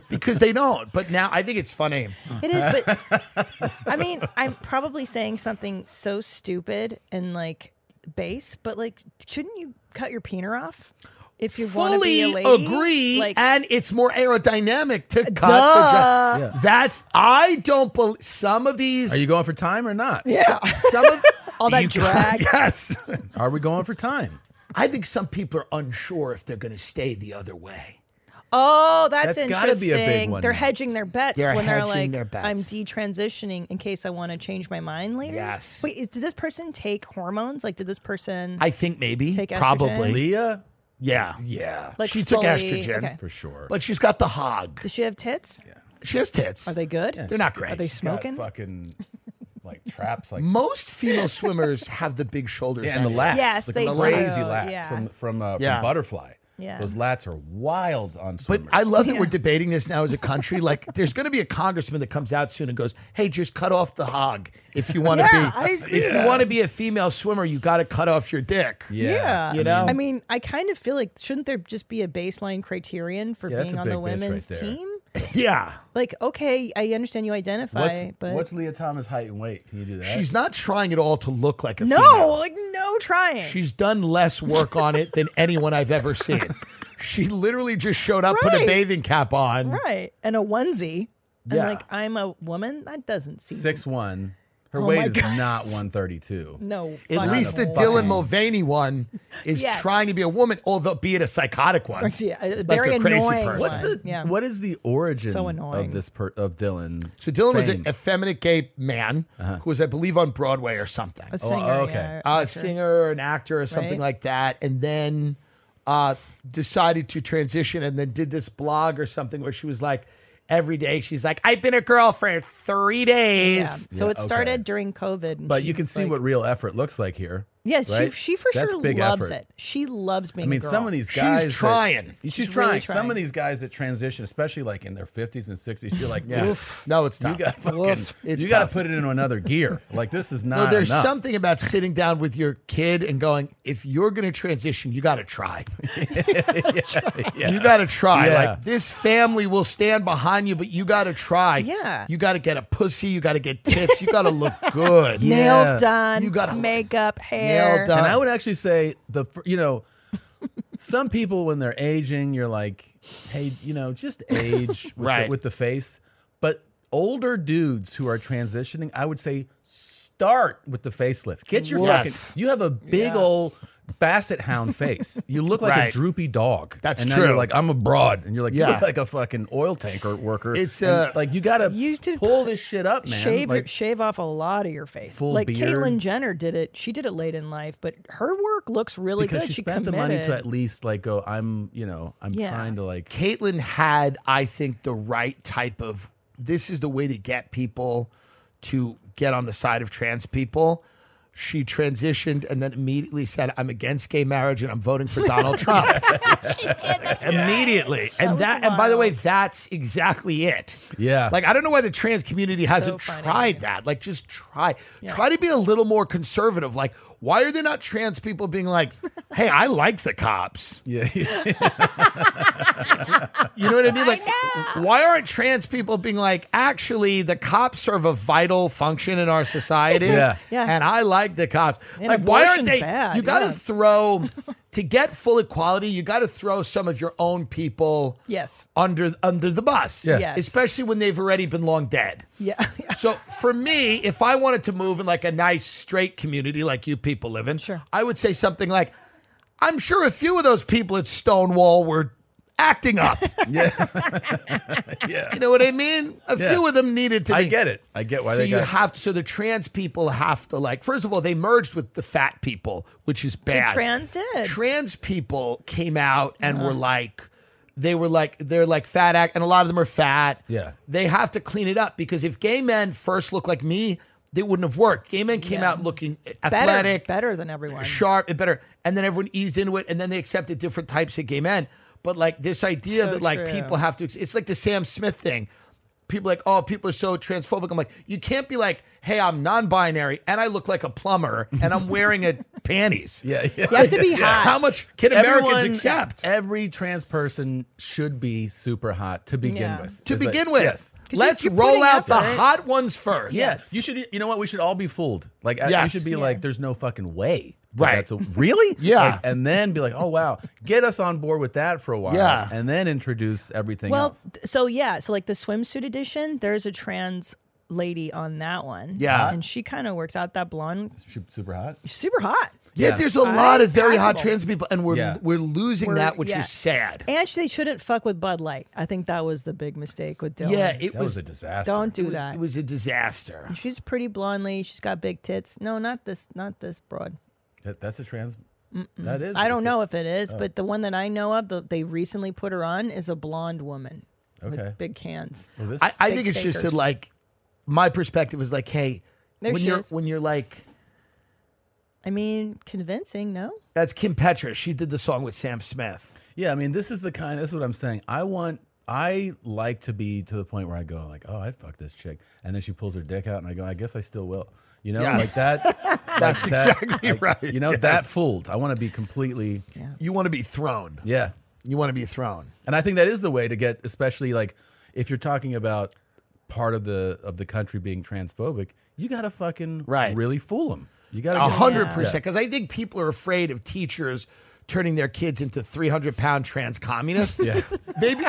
[SPEAKER 2] Because they don't. But now I think it's funny.
[SPEAKER 3] It is, but I mean, I'm probably saying something so stupid and like base, but like, shouldn't you cut your peener off if you want to be
[SPEAKER 2] Fully
[SPEAKER 3] a lady?
[SPEAKER 2] agree.
[SPEAKER 3] Like,
[SPEAKER 2] and it's more aerodynamic to cut
[SPEAKER 3] Duh.
[SPEAKER 2] the
[SPEAKER 4] Yeah.
[SPEAKER 2] job. That's, I don't believe, some of these,
[SPEAKER 4] Are you going for time or not?
[SPEAKER 2] some of,
[SPEAKER 3] all that drag.
[SPEAKER 2] yes.
[SPEAKER 4] Are we going for time?
[SPEAKER 2] I think some people are unsure if they're going to stay the other way.
[SPEAKER 3] Oh, that's,
[SPEAKER 4] That's gotta be
[SPEAKER 3] interesting.
[SPEAKER 4] a big one
[SPEAKER 3] they're
[SPEAKER 4] now.
[SPEAKER 3] hedging their bets
[SPEAKER 2] They're
[SPEAKER 3] when they're
[SPEAKER 2] hedging
[SPEAKER 3] like,
[SPEAKER 2] their bets.
[SPEAKER 3] I'm detransitioning in case I want to change my mind later.
[SPEAKER 2] Yes.
[SPEAKER 3] Wait, is, did this person take hormones? Like, did this person
[SPEAKER 2] I think maybe,
[SPEAKER 3] Take estrogen?
[SPEAKER 2] probably,
[SPEAKER 4] Leah?
[SPEAKER 2] yeah,
[SPEAKER 4] Yeah.
[SPEAKER 3] like
[SPEAKER 2] she took
[SPEAKER 3] fully-
[SPEAKER 2] estrogen.
[SPEAKER 3] Okay.
[SPEAKER 4] For sure.
[SPEAKER 2] but she's got the hog.
[SPEAKER 3] Does she have tits?
[SPEAKER 2] She has tits.
[SPEAKER 3] Are they good?
[SPEAKER 2] They're not great.
[SPEAKER 3] Are they
[SPEAKER 4] Got
[SPEAKER 3] smoking?
[SPEAKER 4] fucking like traps like
[SPEAKER 2] Most female swimmers have the big shoulders
[SPEAKER 4] Yeah, and the
[SPEAKER 2] anyway.
[SPEAKER 4] lats.
[SPEAKER 3] Yes,
[SPEAKER 4] the
[SPEAKER 3] they
[SPEAKER 4] crazy
[SPEAKER 3] do,
[SPEAKER 4] lats
[SPEAKER 3] yeah.
[SPEAKER 4] from from, uh,
[SPEAKER 2] Yeah.
[SPEAKER 4] from butterfly.
[SPEAKER 3] Yeah.
[SPEAKER 4] Those lats are wild on
[SPEAKER 2] But
[SPEAKER 4] swimmers.
[SPEAKER 2] I love that we're debating this now as a country. Like, there's going to be a congressman that comes out soon and goes, "Hey, just cut off the hog if you want to
[SPEAKER 3] Yeah, I
[SPEAKER 2] be.
[SPEAKER 3] agree.
[SPEAKER 2] if you want to be a female swimmer, you got to cut off your dick."
[SPEAKER 4] yeah.
[SPEAKER 2] You know?
[SPEAKER 3] I mean, I kind of feel like shouldn't there just be a baseline criterion for
[SPEAKER 4] Yeah, that's
[SPEAKER 3] being
[SPEAKER 4] a
[SPEAKER 3] on the
[SPEAKER 4] big bitch right
[SPEAKER 3] women's
[SPEAKER 4] there.
[SPEAKER 3] team?
[SPEAKER 2] Yeah.
[SPEAKER 3] Like, okay, I understand you identify,
[SPEAKER 4] What's,
[SPEAKER 3] but
[SPEAKER 4] what's Leah Thomas' height and weight? Can you do that?
[SPEAKER 2] She's not trying at all to look like a
[SPEAKER 3] no,
[SPEAKER 2] female.
[SPEAKER 3] like no trying.
[SPEAKER 2] She's done less work on it than anyone I've ever seen. She literally just showed up, put a
[SPEAKER 3] Right.
[SPEAKER 2] bathing cap on.
[SPEAKER 3] right, and a onesie. And
[SPEAKER 2] Yeah.
[SPEAKER 3] like I'm a woman, that doesn't seem
[SPEAKER 4] six one. Her
[SPEAKER 3] Oh my
[SPEAKER 4] weight is
[SPEAKER 3] gosh.
[SPEAKER 4] not one thirty two.
[SPEAKER 3] no.
[SPEAKER 2] At
[SPEAKER 3] fucking
[SPEAKER 2] least the
[SPEAKER 3] way.
[SPEAKER 2] Dylan Mulvaney one is
[SPEAKER 3] Yes.
[SPEAKER 2] trying to be a woman, although be it a psychotic one.
[SPEAKER 3] Yeah, a
[SPEAKER 2] like
[SPEAKER 3] very
[SPEAKER 2] a crazy
[SPEAKER 3] annoying
[SPEAKER 2] person.
[SPEAKER 4] What's the
[SPEAKER 3] Fine, yeah.
[SPEAKER 4] what is the origin
[SPEAKER 3] So annoying.
[SPEAKER 4] of this per, of Dylan?
[SPEAKER 2] So Dylan was
[SPEAKER 4] fame? Uh-huh.
[SPEAKER 2] an effeminate gay man who was, I believe, on Broadway or something.
[SPEAKER 3] a singer.
[SPEAKER 4] Oh, okay.
[SPEAKER 3] yeah, Uh,
[SPEAKER 2] a singer, an actor, or something
[SPEAKER 3] Right.
[SPEAKER 2] like that, and then uh, decided to transition, and then did this blog or something where she was like, every day she's like, "I've been a girl for three
[SPEAKER 3] Yeah.
[SPEAKER 2] days."
[SPEAKER 3] So
[SPEAKER 4] Yeah,
[SPEAKER 3] it started
[SPEAKER 4] okay.
[SPEAKER 3] during COVID. and
[SPEAKER 4] But
[SPEAKER 3] she
[SPEAKER 4] you can
[SPEAKER 3] was
[SPEAKER 4] see
[SPEAKER 3] like-
[SPEAKER 4] what real effort looks like here.
[SPEAKER 3] Yes,
[SPEAKER 4] right?
[SPEAKER 3] she she for
[SPEAKER 4] That's
[SPEAKER 3] sure
[SPEAKER 4] big
[SPEAKER 3] loves
[SPEAKER 4] effort.
[SPEAKER 3] it. She loves being.
[SPEAKER 4] I mean,
[SPEAKER 3] a girl.
[SPEAKER 4] some of these
[SPEAKER 2] She's
[SPEAKER 4] guys. that-
[SPEAKER 2] trying.
[SPEAKER 4] she's
[SPEAKER 3] She's
[SPEAKER 4] trying.
[SPEAKER 3] really
[SPEAKER 4] Some of
[SPEAKER 3] trying.
[SPEAKER 4] these guys that transition, especially like in their fifties and sixties, you're like,
[SPEAKER 2] Yeah.
[SPEAKER 4] dude,
[SPEAKER 2] No, it's
[SPEAKER 4] you
[SPEAKER 2] tough.
[SPEAKER 4] got fucking,
[SPEAKER 3] Woof.
[SPEAKER 2] It's
[SPEAKER 4] you got
[SPEAKER 2] tough.
[SPEAKER 4] to put it into another gear. Like this is not.
[SPEAKER 2] no, there's
[SPEAKER 4] enough.
[SPEAKER 2] something about sitting down with your kid and going, if you're going to transition, you got to try. You got to try.
[SPEAKER 4] Yeah.
[SPEAKER 2] Like this family will stand behind you, but you got to try.
[SPEAKER 3] Yeah.
[SPEAKER 2] You got to get a pussy. You got to get tits. You got to look good.
[SPEAKER 3] nails
[SPEAKER 4] Yeah.
[SPEAKER 3] done,
[SPEAKER 2] You gotta-
[SPEAKER 3] makeup, hair.
[SPEAKER 2] done.
[SPEAKER 4] And I would actually say the fir- you know, some people when they're aging, you're like, hey, you know, just age with,
[SPEAKER 2] Right.
[SPEAKER 4] the, with the face. But older dudes who are transitioning, I would say start with the facelift. Get your
[SPEAKER 2] Yes.
[SPEAKER 4] fucking. You have a big
[SPEAKER 3] Yeah.
[SPEAKER 4] old. Basset hound face. You look like
[SPEAKER 2] Right.
[SPEAKER 4] a droopy dog.
[SPEAKER 2] That's
[SPEAKER 4] and now you're
[SPEAKER 2] true.
[SPEAKER 4] like I'm a broad, and you're like
[SPEAKER 2] Yeah.
[SPEAKER 4] you look like a fucking oil tanker worker.
[SPEAKER 2] It's,
[SPEAKER 4] And,
[SPEAKER 2] uh,
[SPEAKER 4] like you gotta
[SPEAKER 3] You should
[SPEAKER 4] pull this shit up, man.
[SPEAKER 3] shave your,
[SPEAKER 4] Like,
[SPEAKER 3] shave off a lot of your face.
[SPEAKER 4] Full
[SPEAKER 3] like
[SPEAKER 4] beard.
[SPEAKER 3] Caitlyn Jenner did it. She did it late in life, but her work looks really
[SPEAKER 4] because
[SPEAKER 3] good.
[SPEAKER 4] she spent the
[SPEAKER 3] committed.
[SPEAKER 4] money to at least like go. I'm you know I'm
[SPEAKER 3] Yeah.
[SPEAKER 4] trying to like
[SPEAKER 2] Caitlyn had, I think, the right type of. This is the way to get people to get on the side of trans people. She transitioned and then immediately said, "I'm against gay marriage and I'm voting for Donald Trump."
[SPEAKER 3] she did. That's
[SPEAKER 2] immediately,
[SPEAKER 3] That
[SPEAKER 2] and
[SPEAKER 3] was
[SPEAKER 2] that, and by the way,
[SPEAKER 3] wild.
[SPEAKER 2] that's exactly it.
[SPEAKER 4] Yeah.
[SPEAKER 2] like I don't know why the trans community hasn't
[SPEAKER 3] funny.
[SPEAKER 2] tried that. Like, just try, try to be a little more conservative. Like, why are there not trans people being like, "Hey, I like the cops."
[SPEAKER 4] Yeah.
[SPEAKER 2] You know what I mean? Like, why aren't trans people being like, actually, the cops serve a vital function in our society?
[SPEAKER 4] Yeah.
[SPEAKER 3] Yeah.
[SPEAKER 2] And I like the cops. like, why aren't
[SPEAKER 3] abortion's
[SPEAKER 2] they?
[SPEAKER 3] bad,
[SPEAKER 2] you got to
[SPEAKER 3] yeah.
[SPEAKER 2] throw, to get full equality, you got to throw some of your own people
[SPEAKER 3] Yes.
[SPEAKER 2] under under the bus.
[SPEAKER 4] Yeah.
[SPEAKER 3] Yes.
[SPEAKER 2] Especially when they've already been long dead.
[SPEAKER 3] Yeah.
[SPEAKER 2] So for me, if I wanted to move in like a nice straight community like you people live in,
[SPEAKER 3] Sure.
[SPEAKER 2] I would say something like, I'm sure a few of those people at Stonewall were acting up.
[SPEAKER 4] yeah.
[SPEAKER 2] You know what I mean? A
[SPEAKER 4] Yeah.
[SPEAKER 2] few of them needed to.
[SPEAKER 4] I
[SPEAKER 2] be-
[SPEAKER 4] get it. I get why
[SPEAKER 2] So
[SPEAKER 4] they
[SPEAKER 2] you
[SPEAKER 4] got.
[SPEAKER 2] have so the trans people have to like. First of all, they merged with the fat people, which is bad.
[SPEAKER 3] trans did. Uh-huh.
[SPEAKER 2] Trans people came out and were like, they were like, they're like fat act, and a lot of them are fat.
[SPEAKER 4] Yeah.
[SPEAKER 2] They have to clean it up because if gay men first look like me, they wouldn't have worked. Gay men came out looking
[SPEAKER 3] better,
[SPEAKER 2] athletic,
[SPEAKER 3] better than everyone.
[SPEAKER 2] sharp and better. And then everyone eased into it, and then they accepted different types of gay men. But like this idea
[SPEAKER 3] So
[SPEAKER 2] that like
[SPEAKER 3] true.
[SPEAKER 2] people have to, it's like the Sam Smith thing. People are like, oh, people are so transphobic. I'm like, you can't be like, hey, I'm non-binary and I look like a plumber and I'm wearing a panties.
[SPEAKER 4] yeah, yeah.
[SPEAKER 3] You have to be hot.
[SPEAKER 2] How much can Americans
[SPEAKER 4] Everyone-
[SPEAKER 2] accept?
[SPEAKER 4] Every trans person should be super hot to begin
[SPEAKER 3] Yeah.
[SPEAKER 4] with.
[SPEAKER 2] to
[SPEAKER 4] It's like-
[SPEAKER 2] begin with,
[SPEAKER 4] Yes.
[SPEAKER 3] you're-
[SPEAKER 2] let's
[SPEAKER 3] you're
[SPEAKER 2] roll
[SPEAKER 3] putting
[SPEAKER 2] out the
[SPEAKER 3] effort in.
[SPEAKER 2] hot ones first.
[SPEAKER 4] Yes. You should. You know what? We should all be fooled. Like I-
[SPEAKER 2] Yes.
[SPEAKER 4] we should be like, there's no fucking way. that
[SPEAKER 2] Right.
[SPEAKER 4] That's a, really?
[SPEAKER 2] Yeah.
[SPEAKER 4] Like, and then be like, oh wow, get us on board with that for a while.
[SPEAKER 2] Yeah.
[SPEAKER 4] And then introduce everything
[SPEAKER 3] well,
[SPEAKER 4] else.
[SPEAKER 3] th- so yeah, so like the swimsuit edition, there's a trans lady on that one.
[SPEAKER 2] Yeah.
[SPEAKER 3] And she kind of works out that blonde,
[SPEAKER 4] Su- Super hot.
[SPEAKER 3] super hot.
[SPEAKER 2] Yeah,
[SPEAKER 4] Yeah.
[SPEAKER 2] there's a lot of very hot
[SPEAKER 3] Passable.
[SPEAKER 2] trans people, and we're
[SPEAKER 4] Yeah.
[SPEAKER 2] we're losing
[SPEAKER 3] We're-
[SPEAKER 2] that, which
[SPEAKER 3] yeah.
[SPEAKER 2] is sad.
[SPEAKER 3] And she, they shouldn't fuck with Bud Light. I think that was the big mistake with Dylan.
[SPEAKER 2] yeah, it
[SPEAKER 4] That was
[SPEAKER 2] was,
[SPEAKER 4] a disaster.
[SPEAKER 3] don't do
[SPEAKER 2] it was
[SPEAKER 3] that.
[SPEAKER 2] it was a disaster.
[SPEAKER 3] She's pretty blonde lady. She's got big tits. No, not this, not this broad.
[SPEAKER 4] That, that's a trans. That is.
[SPEAKER 3] I don't
[SPEAKER 4] a-
[SPEAKER 3] know if it is, but the one that I know of, the, they recently put her on, is a blonde woman
[SPEAKER 4] Okay.
[SPEAKER 3] with big hands.
[SPEAKER 4] Well, this-
[SPEAKER 2] I, I
[SPEAKER 3] Big
[SPEAKER 2] think it's just that,
[SPEAKER 3] fakers.
[SPEAKER 2] like, my perspective is like, hey,
[SPEAKER 3] There
[SPEAKER 2] when
[SPEAKER 3] she
[SPEAKER 2] you're
[SPEAKER 3] is.
[SPEAKER 2] when you're like,
[SPEAKER 3] I mean, convincing, no?
[SPEAKER 2] that's Kim Petra. She did the song with Sam Smith.
[SPEAKER 4] Yeah, I mean, this is the kind. This is what I'm saying. I want. I like to be to the point where I go like, oh, I'd fuck this chick, and then she pulls her dick out, and I go, I guess I still will. You know,
[SPEAKER 2] Yes.
[SPEAKER 4] like that.
[SPEAKER 2] That's
[SPEAKER 4] like that-
[SPEAKER 2] exactly
[SPEAKER 4] like,
[SPEAKER 2] right.
[SPEAKER 4] You know, that fooled. I want to be completely. Yeah.
[SPEAKER 2] You want to be thrown. You want to be thrown.
[SPEAKER 4] and I think that is the way to get, especially like if you're talking about part of the of the country being transphobic, you got to fucking
[SPEAKER 5] Right.
[SPEAKER 4] really fool them. You
[SPEAKER 3] Oh,
[SPEAKER 4] got to
[SPEAKER 2] A hundred percent. Because I think people are afraid of teachers turning their kids into three hundred pound trans communists.
[SPEAKER 4] Yeah.
[SPEAKER 2] Maybe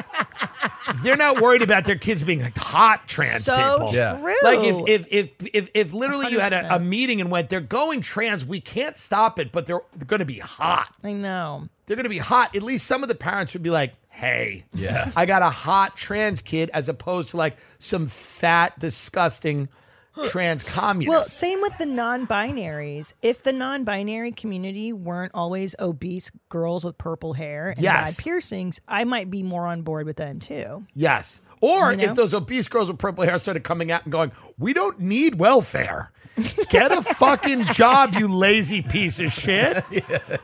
[SPEAKER 2] they're not worried about their kids being like hot trans
[SPEAKER 3] so
[SPEAKER 2] people.
[SPEAKER 4] Yeah.
[SPEAKER 3] true.
[SPEAKER 2] Like if if if if, if literally you had a, a meeting and went, they're going trans. We can't stop it, but they're, they're going to be hot.
[SPEAKER 3] I know.
[SPEAKER 2] They're going to be hot. At least some of the parents would be like, "Hey,
[SPEAKER 4] Yeah.
[SPEAKER 2] I got a hot trans kid," as opposed to like some fat, disgusting trans communist.
[SPEAKER 3] Well, same with the non-binaries. If the non-binary community weren't always obese girls with purple hair and
[SPEAKER 2] Yes.
[SPEAKER 3] bad piercings, I might be more on board with them too.
[SPEAKER 2] Yes. Or
[SPEAKER 3] You know?
[SPEAKER 2] if those obese girls with purple hair started coming out and going, we don't need welfare. Get a fucking job, you lazy piece of shit.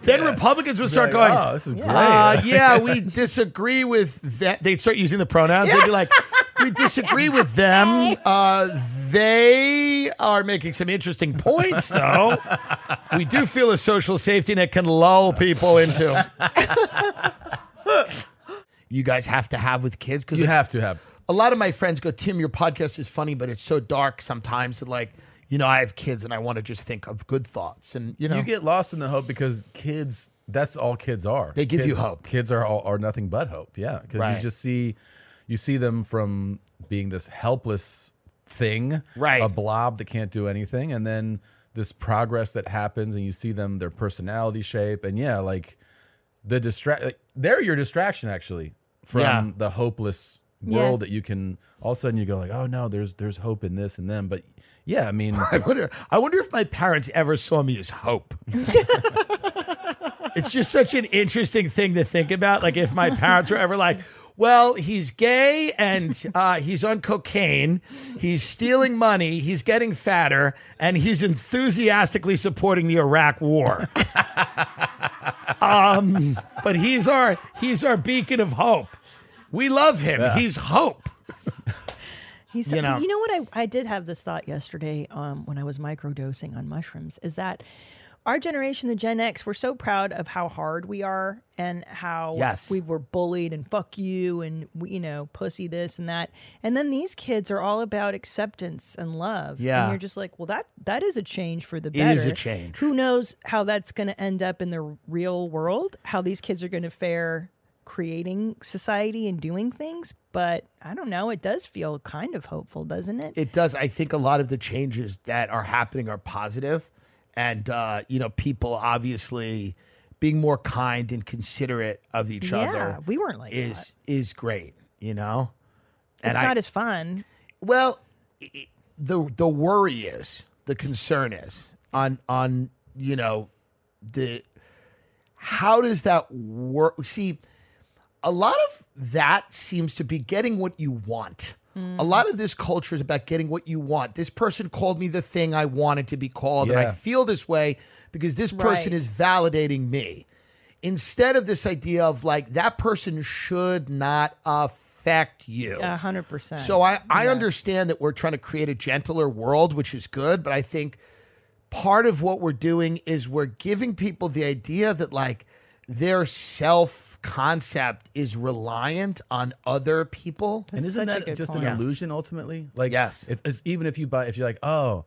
[SPEAKER 2] then Republicans would start
[SPEAKER 4] Like,
[SPEAKER 2] going,
[SPEAKER 4] oh, this is great.
[SPEAKER 2] uh, yeah, we disagree with that. They'd start using the pronouns. They'd be like, we disagree with them. Uh, they are making some interesting points, though. We do feel a social safety net can lull people into. you guys have to have with kids because
[SPEAKER 4] you have to have.
[SPEAKER 2] a lot of my friends go, Tim, your podcast is funny, but it's so dark sometimes that like, you know, I have kids and I want to just think of good thoughts. And you know,
[SPEAKER 4] You get lost in the hope because kids. That's all kids are.
[SPEAKER 2] They give you
[SPEAKER 4] Kids-
[SPEAKER 2] hope.
[SPEAKER 4] Kids are all, are nothing but hope. Yeah, because
[SPEAKER 2] Right.
[SPEAKER 4] you just see, you see them from being this helpless thing,
[SPEAKER 2] Right.
[SPEAKER 4] A blob that can't do anything, and then this progress that happens, and you see them their personality shape, and yeah, like the distract. Like, they're your distraction actually from
[SPEAKER 2] Yeah.
[SPEAKER 4] the hopeless world that you can all of a sudden you go like, oh no, there's there's hope in this and them, but yeah, I mean.
[SPEAKER 2] I wonder I wonder if my parents ever saw me as hope. it's just such an interesting thing to think about. Like if my parents were ever like, well, he's gay and uh, he's on cocaine, he's stealing money, he's getting fatter, and he's enthusiastically supporting the Iraq war. um, but he's our he's our beacon of hope. We love him. He's hope.
[SPEAKER 3] He
[SPEAKER 2] You
[SPEAKER 3] said, you
[SPEAKER 2] know.
[SPEAKER 3] know, what? I, I did have this thought yesterday um, when I was microdosing on mushrooms is that our generation, the Gen X, we're so proud of how hard we are and how
[SPEAKER 2] Yes.
[SPEAKER 3] we were bullied and fuck you and, we- you know, pussy this and that. And then these kids are all about acceptance and love.
[SPEAKER 2] Yeah.
[SPEAKER 3] And you're just like, well, that that is a change for the better.
[SPEAKER 2] It is a change.
[SPEAKER 3] Who knows how that's going to end up in the real world, how these kids are going to fare creating society and doing things. But I don't know. It does feel kind of hopeful, doesn't it?
[SPEAKER 2] It does. I think a lot of the changes that are happening are positive, and uh, you know, people obviously being more kind and considerate of each
[SPEAKER 3] Yeah,
[SPEAKER 2] other.
[SPEAKER 3] we weren't like
[SPEAKER 2] is is great. You know,
[SPEAKER 3] it's
[SPEAKER 2] I-
[SPEAKER 3] not as fun.
[SPEAKER 2] well, i- i- the the worry is, the concern is on on you know the how does that work? See, a lot of that seems to be getting what you want. A lot of this culture is about getting what you want. This person called me the thing I wanted to be called, and I
[SPEAKER 4] Yeah.
[SPEAKER 2] feel this way because this person
[SPEAKER 3] Right.
[SPEAKER 2] is validating me. Instead of this idea of like that person should not affect you.
[SPEAKER 3] A hundred percent.
[SPEAKER 2] Oh. So I, I understand that we're trying to create a gentler world, which is good, but I think part of what we're doing is we're giving people the idea that like their self concept is reliant on other people.
[SPEAKER 4] And isn't
[SPEAKER 3] such a
[SPEAKER 4] that
[SPEAKER 3] good
[SPEAKER 4] just
[SPEAKER 3] point.
[SPEAKER 4] an illusion ultimately? Like
[SPEAKER 2] Yes.
[SPEAKER 4] if, it's- even if you buy, if you're like, oh,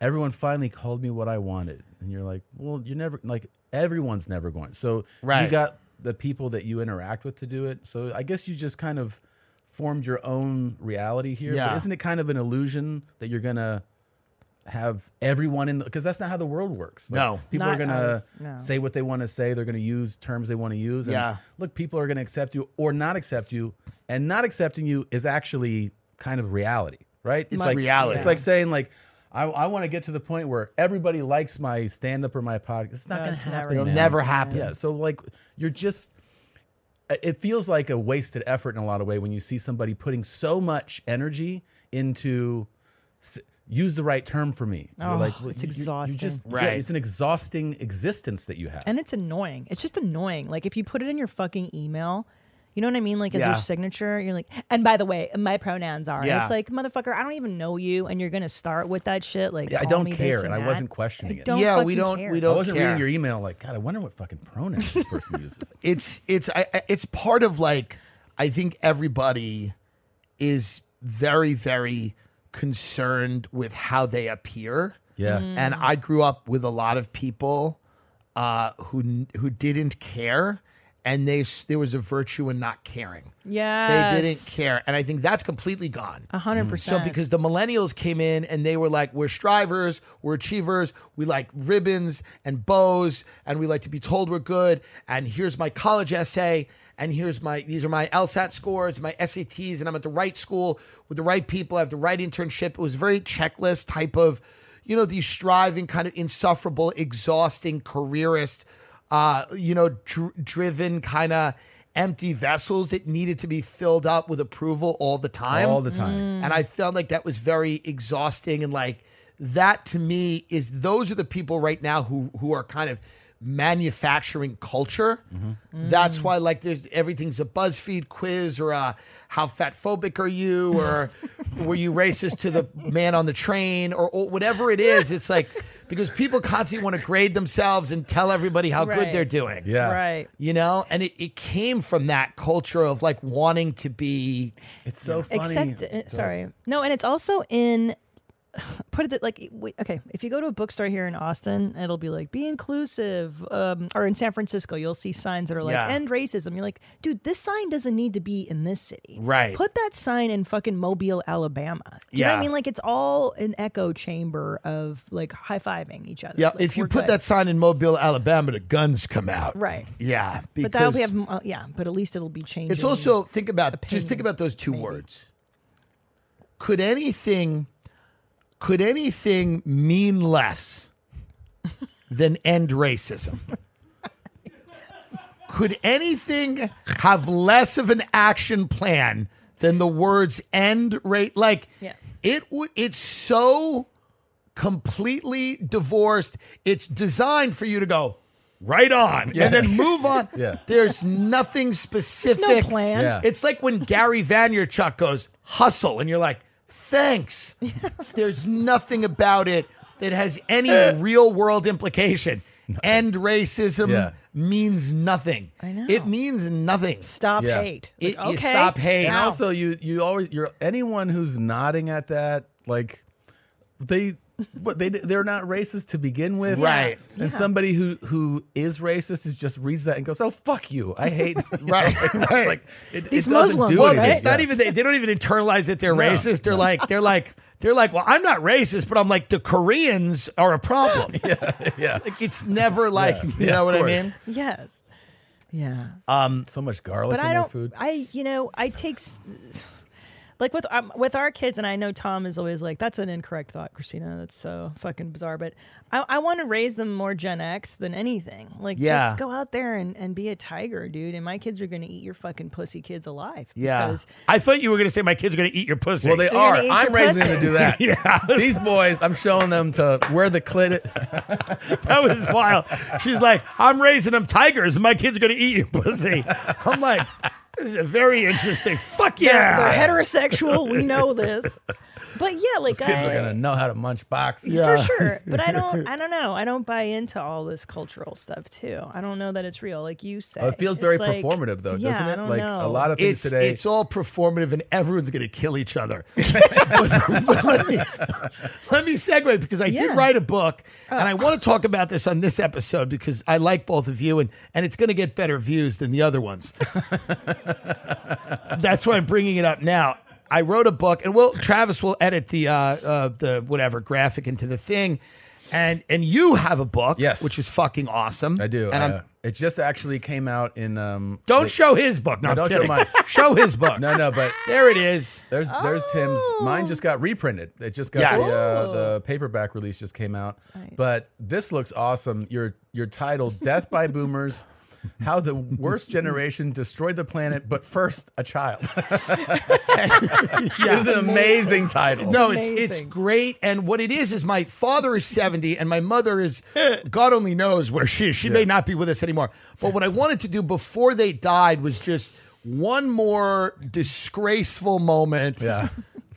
[SPEAKER 4] everyone finally called me what I wanted, and you're like, well, you're never like everyone's never going. So
[SPEAKER 2] Right.
[SPEAKER 4] you got the people that you interact with to do it. So I guess you just kind of formed your own reality here.
[SPEAKER 2] Yeah.
[SPEAKER 4] But isn't it kind of an illusion that you're gonna have everyone in the because that's not how the world works.
[SPEAKER 2] No.
[SPEAKER 4] people are
[SPEAKER 3] Not
[SPEAKER 4] gonna
[SPEAKER 3] out of- no.
[SPEAKER 4] say what they want to say. They're gonna use terms they want to use. And
[SPEAKER 2] Yeah.
[SPEAKER 4] look, people are going to accept you or not accept you, and not accepting you is actually kind of reality, right? It's
[SPEAKER 2] Much
[SPEAKER 4] like
[SPEAKER 2] reality.
[SPEAKER 4] It's like saying like. I, I want to get to the point where everybody likes my stand up or my podcast. It's not going to
[SPEAKER 3] it's not
[SPEAKER 4] happen.
[SPEAKER 3] real.
[SPEAKER 2] It'll
[SPEAKER 4] man.
[SPEAKER 2] never happen.
[SPEAKER 4] Yeah. So like you're just it feels like a wasted effort in a lot of way when you see somebody putting so much energy into s- use the right term for me. You're
[SPEAKER 3] Oh,
[SPEAKER 4] well,
[SPEAKER 3] it's
[SPEAKER 4] you- you- you
[SPEAKER 3] exhausting.
[SPEAKER 4] just- yeah,
[SPEAKER 2] Right.
[SPEAKER 4] it's an exhausting existence that you have.
[SPEAKER 3] and it's annoying. It's just annoying. Like if you put it in your fucking email, you know what I mean? Like as
[SPEAKER 2] Yeah.
[SPEAKER 3] your signature, you're like, and by the way, my pronouns are. And
[SPEAKER 2] Yeah.
[SPEAKER 3] It's like, motherfucker, I don't even know you, and you're gonna start with that shit. Like,
[SPEAKER 4] Yeah, I
[SPEAKER 3] call
[SPEAKER 4] don't
[SPEAKER 3] me this
[SPEAKER 4] care,
[SPEAKER 3] and,
[SPEAKER 4] and I
[SPEAKER 3] that.
[SPEAKER 4] wasn't questioning it.
[SPEAKER 3] don't
[SPEAKER 2] Yeah, we
[SPEAKER 3] fucking
[SPEAKER 2] don't-
[SPEAKER 3] care.
[SPEAKER 2] we don't-
[SPEAKER 4] I wasn't
[SPEAKER 2] care.
[SPEAKER 4] reading your email like, God, I wonder what fucking pronouns this person uses.
[SPEAKER 2] It's it's I, I- it's part of like I think everybody is very, very concerned with how they appear.
[SPEAKER 4] Yeah.
[SPEAKER 2] And I grew up with a lot of people uh, who who didn't care, and they s- there was a virtue in not caring.
[SPEAKER 3] Yes.
[SPEAKER 2] They didn't care, and I think that's completely gone.
[SPEAKER 3] A hundred
[SPEAKER 2] So
[SPEAKER 3] percent.
[SPEAKER 2] because the millennials came in and they were like, we're strivers, we're achievers, we like ribbons and bows, and we like to be told we're good. And here's my college essay, and here's my these are my LSAT scores, my SATs, and I'm at the right school with the right people. I have the right internship. It was very checklist type of, you know, these striving kind of insufferable, exhausting careerist, uh, you know, dr- driven kind of. Empty vessels that needed to be filled up with approval all the time
[SPEAKER 4] All the time.
[SPEAKER 2] and I felt like that was very exhausting and like that to me is those are the people right now who who are kind of manufacturing culture.
[SPEAKER 4] Mm-hmm.
[SPEAKER 2] Mm-hmm. That's why like there's everything's a BuzzFeed quiz or a how fatphobic are you or were you racist to the man on the train or, or whatever it is. It's like because people constantly want to grade themselves and tell everybody how good
[SPEAKER 3] Right.
[SPEAKER 2] they're doing
[SPEAKER 4] Yeah.
[SPEAKER 3] Right.
[SPEAKER 2] you know and it, it came from that culture of like wanting to be
[SPEAKER 4] It's so funny.
[SPEAKER 3] Except, uh, sorry, no, and it's also in. Put it that, like, we, okay, if you go to a bookstore here in Austin, it'll be like be inclusive, um, or in San Francisco, you'll see signs that are like
[SPEAKER 2] Yeah.
[SPEAKER 3] end racism. You're like, dude, this sign doesn't need to be in this city.
[SPEAKER 2] Right.
[SPEAKER 3] Put that sign in fucking Mobile, Alabama. Do you know what
[SPEAKER 2] Yeah.
[SPEAKER 3] I mean? Like, it's all an echo chamber of like high fiving each other.
[SPEAKER 2] Yeah,
[SPEAKER 3] Like,
[SPEAKER 2] if you
[SPEAKER 3] we're
[SPEAKER 2] put
[SPEAKER 3] good.
[SPEAKER 2] that sign in Mobile, Alabama, the guns come out.
[SPEAKER 3] right,
[SPEAKER 2] Yeah,
[SPEAKER 3] but that'll
[SPEAKER 2] because
[SPEAKER 3] be have, uh, yeah, but at least it'll be changing.
[SPEAKER 2] it's also think about just think about those two words. Could anything, could anything mean less than end racism? could anything have less of an action plan than the words end rate? Like
[SPEAKER 3] Yeah.
[SPEAKER 2] it would. It's so completely divorced. It's designed for you to go right on and then move on.
[SPEAKER 4] Yeah.
[SPEAKER 2] There's nothing specific.
[SPEAKER 3] no plan.
[SPEAKER 4] Yeah.
[SPEAKER 2] It's like when Gary Vaynerchuk goes hustle, and you're like, thanks. There's nothing about it that has any
[SPEAKER 3] Eh.
[SPEAKER 2] real world implication. End racism
[SPEAKER 4] Yeah.
[SPEAKER 2] means nothing. I
[SPEAKER 3] know.
[SPEAKER 2] It means nothing.
[SPEAKER 3] Stop
[SPEAKER 4] Yeah.
[SPEAKER 3] hate.
[SPEAKER 2] It-
[SPEAKER 3] Like,
[SPEAKER 2] you
[SPEAKER 3] okay,
[SPEAKER 2] stop hate.
[SPEAKER 4] And
[SPEAKER 2] Ow.
[SPEAKER 4] also, you you always you're anyone who's nodding at that like they but they they're not racist to begin with,
[SPEAKER 2] Right.
[SPEAKER 4] And somebody who who is racist is just reads that and goes, "Oh fuck you, I hate."
[SPEAKER 2] Right, right.
[SPEAKER 4] Like it,
[SPEAKER 3] These
[SPEAKER 4] it doesn't
[SPEAKER 3] Muslims,
[SPEAKER 4] do
[SPEAKER 2] Well,
[SPEAKER 4] anything.
[SPEAKER 2] it's not
[SPEAKER 4] Yeah.
[SPEAKER 2] even they, they don't even internalize that they're racist. They're like they're like they're like, well, I'm not racist, but I'm like the Koreans are a problem.
[SPEAKER 4] yeah.
[SPEAKER 2] Like it's never like you
[SPEAKER 4] Yeah,
[SPEAKER 2] know
[SPEAKER 4] of
[SPEAKER 2] what I
[SPEAKER 4] course.
[SPEAKER 2] mean.
[SPEAKER 3] Yes. Yeah.
[SPEAKER 4] so much garlic
[SPEAKER 3] but
[SPEAKER 4] in
[SPEAKER 3] I
[SPEAKER 4] their
[SPEAKER 3] don't.
[SPEAKER 4] food.
[SPEAKER 3] I you know I take s- like with um, with our kids, and I know Tom is always like, "That's an incorrect thought, Christina. That's so fucking bizarre." But I, I want to raise them more Gen X than anything. Like,
[SPEAKER 2] Yeah.
[SPEAKER 3] just go out there and, and be a tiger, dude. And my kids are gonna eat your fucking pussy kids alive. because
[SPEAKER 2] I thought you were going to say my kids are going to eat your pussy.
[SPEAKER 4] well, they
[SPEAKER 3] gonna
[SPEAKER 4] are.
[SPEAKER 3] eat
[SPEAKER 4] I'm
[SPEAKER 3] your
[SPEAKER 4] raising them to
[SPEAKER 3] pussy.
[SPEAKER 4] do that. yeah. These boys, I'm showing them to where the clit.
[SPEAKER 2] that was wild. She's like, I'm raising them tigers, and my kids are going to eat your pussy. I'm like, this is a very interesting. Fuck
[SPEAKER 3] They're
[SPEAKER 2] yeah.
[SPEAKER 3] heterosexual. we know this. But yeah, like
[SPEAKER 4] Kids
[SPEAKER 3] I,
[SPEAKER 4] are gonna know how to munch box.
[SPEAKER 2] Yeah.
[SPEAKER 3] for sure but i don't i don't know i don't buy into all this cultural stuff too i don't know that it's real like you said
[SPEAKER 4] Oh, It feels very performative, though, doesn't it? like a lot of things
[SPEAKER 2] It's
[SPEAKER 4] today.
[SPEAKER 2] it's all performative, and everyone's going to kill each other. But- but let, me, let me segue because I
[SPEAKER 3] Yeah.
[SPEAKER 2] did write a book,
[SPEAKER 4] Oh.
[SPEAKER 2] and I want to talk about this on this episode because I like both of you, and and it's going to get better views than the other ones. that's why I'm bringing it up now. I wrote a book, and well, Travis will edit the uh, uh, the whatever graphic into the thing, and and you have a book,
[SPEAKER 4] Yes.
[SPEAKER 2] which is fucking awesome.
[SPEAKER 4] I do.
[SPEAKER 2] and
[SPEAKER 4] I,
[SPEAKER 2] I'm-
[SPEAKER 4] uh, it just actually came out in. Um,
[SPEAKER 2] don't
[SPEAKER 4] late-
[SPEAKER 2] show his book. No,
[SPEAKER 4] No,
[SPEAKER 2] I'm
[SPEAKER 4] don't show
[SPEAKER 2] kidding.
[SPEAKER 4] mine.
[SPEAKER 2] show his book.
[SPEAKER 4] No, no, but
[SPEAKER 2] There it is.
[SPEAKER 4] there's there's Tim's. Mine just got reprinted. It just got
[SPEAKER 2] Yes.
[SPEAKER 4] the, uh, the paperback release just came out. But this looks awesome. Your your title, "Death by Boomers." How the worst generation destroyed the planet, but first a child. It is an amazing title.
[SPEAKER 2] No, it's it's
[SPEAKER 3] amazing.
[SPEAKER 2] great. And what it is is my father is 70 and my mother is God only knows where she is. She may not be with us anymore. But what I wanted to do before they died was just one more disgraceful moment.
[SPEAKER 4] Yeah.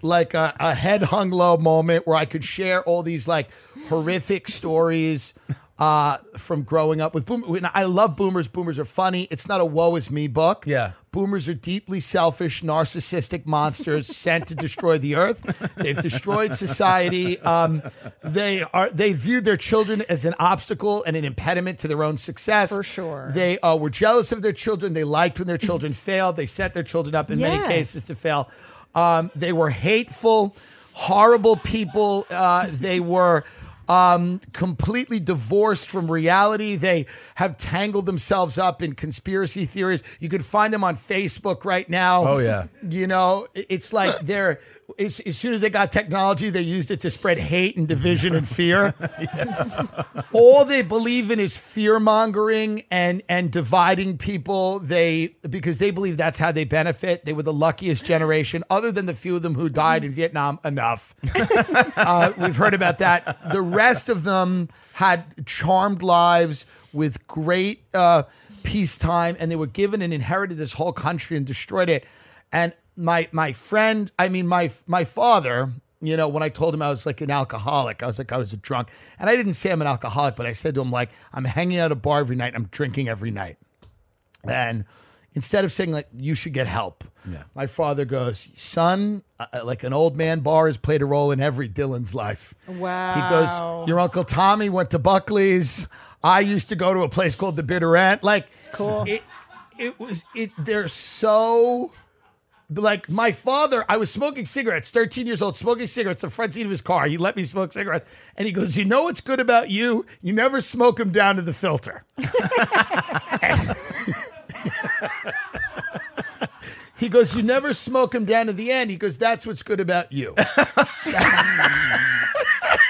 [SPEAKER 2] Like a, a head hung low moment where I could share all these like horrific stories uh, from growing up with boomers. I love boomers. Boomers are funny. It's not a woe is me book.
[SPEAKER 4] Yeah.
[SPEAKER 2] Boomers are deeply selfish, narcissistic monsters sent to destroy the earth. They've destroyed society. Um, they are they viewed their children as an obstacle and an impediment to their own success.
[SPEAKER 3] For sure.
[SPEAKER 2] They uh, were jealous of their children. They liked when their children failed. They set their children up in many
[SPEAKER 3] Yes.
[SPEAKER 2] cases to fail. Um, they were hateful, horrible people. Uh, they were um, completely divorced from reality. They have tangled themselves up in conspiracy theories. You could find them on Facebook right now.
[SPEAKER 4] Oh, yeah.
[SPEAKER 2] You know, i- it's like they're. As, as soon as they got technology, they used it to spread hate and division and fear. All they believe in is fear mongering and and dividing people. They because they believe that's how they benefit. They were the luckiest generation, other than the few of them who died in Vietnam. Enough. Uh, we've heard about that. The rest of them had charmed lives with great uh, peacetime, and they were given and inherited this whole country and destroyed it. And my my friend, I mean my my father, you know, when I told him I was like an alcoholic, I was like I was a drunk, and I didn't say I'm an alcoholic, but I said to him like I'm hanging out at a bar every night, I'm drinking every night, and. Instead of saying like you should get help, my father goes, "Son, uh, uh, like an old man bar has played a role in every Dylan's life."
[SPEAKER 3] Wow.
[SPEAKER 2] He goes, Your Uncle Tommy went to Buckley's. I used to go to a place called the Bitter Ant. Like,
[SPEAKER 3] Cool.
[SPEAKER 2] It, it was, it, they're so, like, my father, I was smoking cigarettes, 13 years old, smoking cigarettes, the front seat of his car. He let me smoke cigarettes. And he goes, You know what's good about you? You never smoke them down to the filter. He goes, You never smoke them down to the end. He goes, That's what's good about you.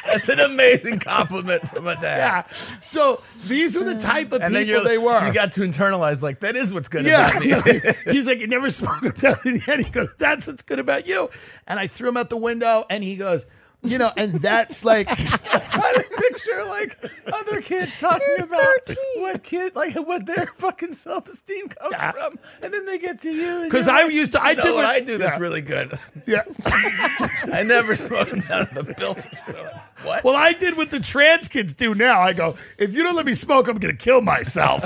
[SPEAKER 4] That's an amazing compliment from a dad.
[SPEAKER 2] Yeah. So these were the type of
[SPEAKER 4] And then
[SPEAKER 2] people
[SPEAKER 4] you're,
[SPEAKER 2] they were.
[SPEAKER 4] you got to internalize like that is what's good
[SPEAKER 2] yeah.
[SPEAKER 4] about me.
[SPEAKER 2] no, he's like, you never spoke him down to the end. He goes, that's what's good about you. And I threw him out the window, and he goes, you know, and that's like,
[SPEAKER 4] I didn't picture like other kids talking about what kid like what their fucking self esteem comes
[SPEAKER 2] Yeah.
[SPEAKER 4] from, and then they get to you. and
[SPEAKER 2] 'Cause
[SPEAKER 4] you're
[SPEAKER 2] I
[SPEAKER 4] like,
[SPEAKER 2] used to- I
[SPEAKER 4] "You know
[SPEAKER 2] did
[SPEAKER 4] what
[SPEAKER 2] what-
[SPEAKER 4] I do that's
[SPEAKER 2] yeah.
[SPEAKER 4] really good.
[SPEAKER 2] yeah.
[SPEAKER 4] I never smoke them down at the filter. What?
[SPEAKER 2] Well, I did what the trans kids do now. I go, if you don't let me smoke, I'm going to kill myself.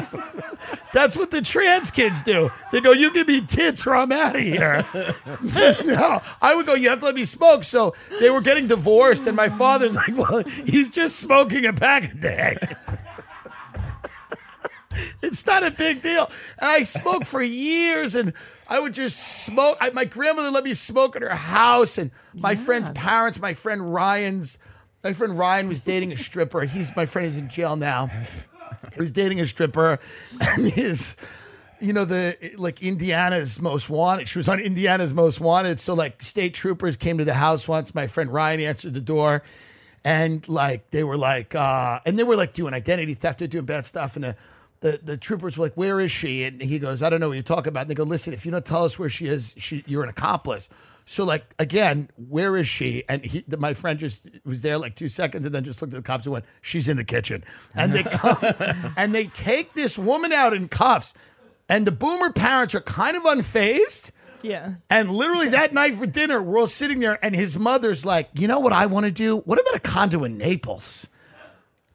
[SPEAKER 2] that's what the trans kids do. They go, you give me tits or I'm out of here. no, I would go, you have to let me smoke. So they were getting divorced, and my father's like, well, he's just smoking a pack a day. It's not a big deal. And I smoked for years, and I would just smoke. I, my grandmother let me smoke at her house, and my friend's parents, my friend Ryan's, my friend Ryan was dating a stripper. He's my friend. He's in jail now. He was dating a stripper, and his. You know the like Indiana's most wanted. She was on Indiana's most wanted. So like state troopers came to the house once. My friend Ryan answered the door, and like they were like uh and they were like doing identity theft they're doing bad stuff and the the, the troopers were like where is she and he goes i don't know what you're talking about and they go listen if you don't tell us where she is she, you're an accomplice so like again where is she and he the, my friend just was there like two seconds and then just looked at the cops and went she's in the kitchen and they come and they take this woman out in cuffs and the boomer parents are kind of unfazed
[SPEAKER 3] yeah.
[SPEAKER 2] and literally that night for dinner, we're all sitting there, and his mother's like, you know what I want to do? What about a condo in Naples?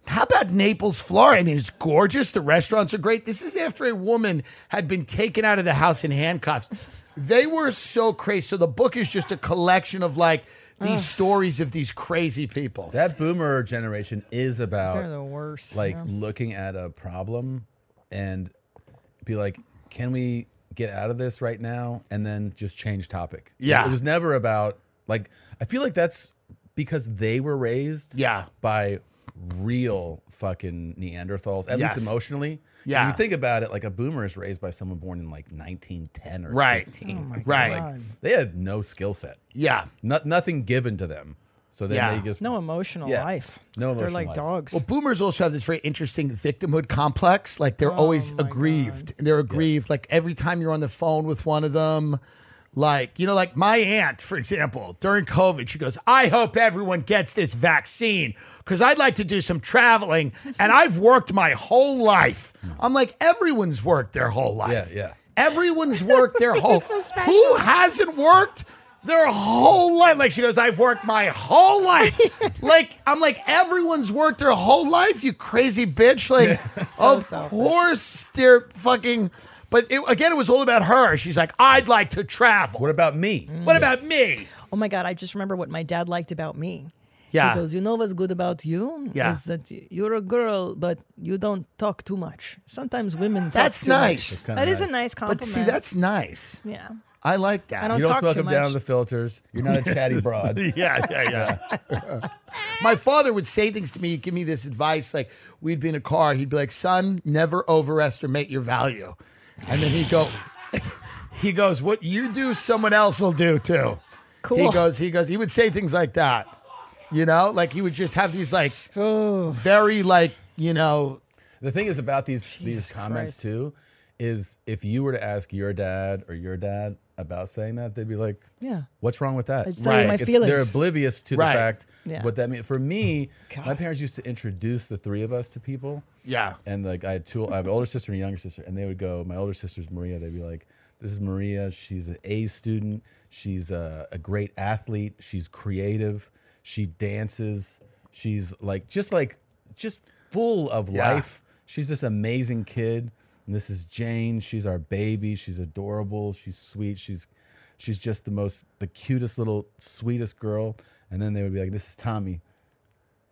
[SPEAKER 2] How about Naples, Florida? I mean, it's gorgeous. The restaurants are great. This is after a woman had been taken out of the house in handcuffs. They were so crazy. So the book is just a collection of like these stories of these crazy people.
[SPEAKER 4] That boomer generation is about
[SPEAKER 3] They're the worst.
[SPEAKER 4] like
[SPEAKER 3] yeah.
[SPEAKER 4] looking at a problem and be like, can we get out of this right now? And then just change topic.
[SPEAKER 2] Yeah.
[SPEAKER 4] It was never about, like, I feel like that's because they were raised
[SPEAKER 2] Yeah.
[SPEAKER 4] by real fucking Neanderthals, at
[SPEAKER 2] Yes.
[SPEAKER 4] least emotionally.
[SPEAKER 2] Yeah.
[SPEAKER 4] If you think about it, like a boomer is raised by someone born in like 1910 or
[SPEAKER 2] Right.
[SPEAKER 3] Oh
[SPEAKER 4] 15.
[SPEAKER 2] right.
[SPEAKER 4] Like, they had no skill set,
[SPEAKER 2] Yeah.
[SPEAKER 4] no, nothing given to them. So then
[SPEAKER 2] Yeah.
[SPEAKER 4] they just
[SPEAKER 3] No emotional
[SPEAKER 4] Yeah.
[SPEAKER 3] life.
[SPEAKER 4] No
[SPEAKER 3] They're
[SPEAKER 4] emotional
[SPEAKER 3] like
[SPEAKER 4] life.
[SPEAKER 3] dogs.
[SPEAKER 2] Well, boomers also have this very interesting victimhood complex. Like they're always aggrieved. They're aggrieved. Like every time you're on the phone with one of them, like, you know, like my aunt, for example, during COVID, she goes, I hope everyone gets this vaccine because I'd like to do some traveling and I've worked my whole life. I'm like, everyone's worked their whole life.
[SPEAKER 4] Yeah, yeah.
[SPEAKER 2] Everyone's worked their whole. Who hasn't worked? their whole life. Like she goes, I've worked my whole life. like I'm like everyone's worked their whole life. You crazy bitch. Like of
[SPEAKER 3] selfish.
[SPEAKER 2] course they're fucking. But it, again, it was all about her. She's like, I'd like to travel.
[SPEAKER 4] What
[SPEAKER 2] What,
[SPEAKER 4] about
[SPEAKER 3] Mm.
[SPEAKER 4] me?
[SPEAKER 2] about me?
[SPEAKER 3] Oh my god, I just remember what my dad liked about me.
[SPEAKER 2] Yeah.
[SPEAKER 3] Because you know what's good about you
[SPEAKER 2] Yeah.
[SPEAKER 3] is that y- you're a girl, but you don't talk too much. Sometimes women. Talk
[SPEAKER 2] That's
[SPEAKER 3] too much.
[SPEAKER 2] nice.
[SPEAKER 4] Kinda
[SPEAKER 3] That is a nice compliment.
[SPEAKER 2] But see, that's nice.
[SPEAKER 3] yeah.
[SPEAKER 2] I like that.
[SPEAKER 3] I don't
[SPEAKER 4] You don't
[SPEAKER 3] talk
[SPEAKER 4] smoke
[SPEAKER 3] too
[SPEAKER 4] them down
[SPEAKER 3] much.
[SPEAKER 4] the filters. You're not a chatty broad.
[SPEAKER 2] yeah, yeah, yeah. My father would say things to me, give me this advice. Like we'd be in a car, he'd be like, "Son, never overestimate your value," and then he'd go, "He goes, what you do, someone else will do too." He
[SPEAKER 3] Cool.
[SPEAKER 2] goes, he goes, he would say things like that. You know, like he would just have these like
[SPEAKER 3] Oh,
[SPEAKER 2] very like you know
[SPEAKER 4] The thing is about these these comments
[SPEAKER 3] Christ.
[SPEAKER 4] too, is if you were to ask your dad or your dad about saying that, they'd be like,
[SPEAKER 3] Yeah.
[SPEAKER 4] what's wrong with that?"
[SPEAKER 3] I just tell you my
[SPEAKER 4] They're
[SPEAKER 3] feelings.
[SPEAKER 4] oblivious to
[SPEAKER 2] Right.
[SPEAKER 4] the fact
[SPEAKER 3] Yeah. Oh,
[SPEAKER 4] what that means. For me, my
[SPEAKER 3] God.
[SPEAKER 4] parents used to introduce the three of us to people.
[SPEAKER 2] yeah.
[SPEAKER 4] And like I had two, I have an older sister and a younger sister, and they would go. My older sister's Maria. They'd be like, "This is Maria. She's an A student. She's a, a great athlete. She's creative. She dances. She's like just like just full of
[SPEAKER 2] Yeah.
[SPEAKER 4] life. She's this amazing kid. And this is Jane. She's our baby. She's adorable. She's sweet. She's she's just the most the cutest little sweetest girl. And then they would be like, "This is Tommy.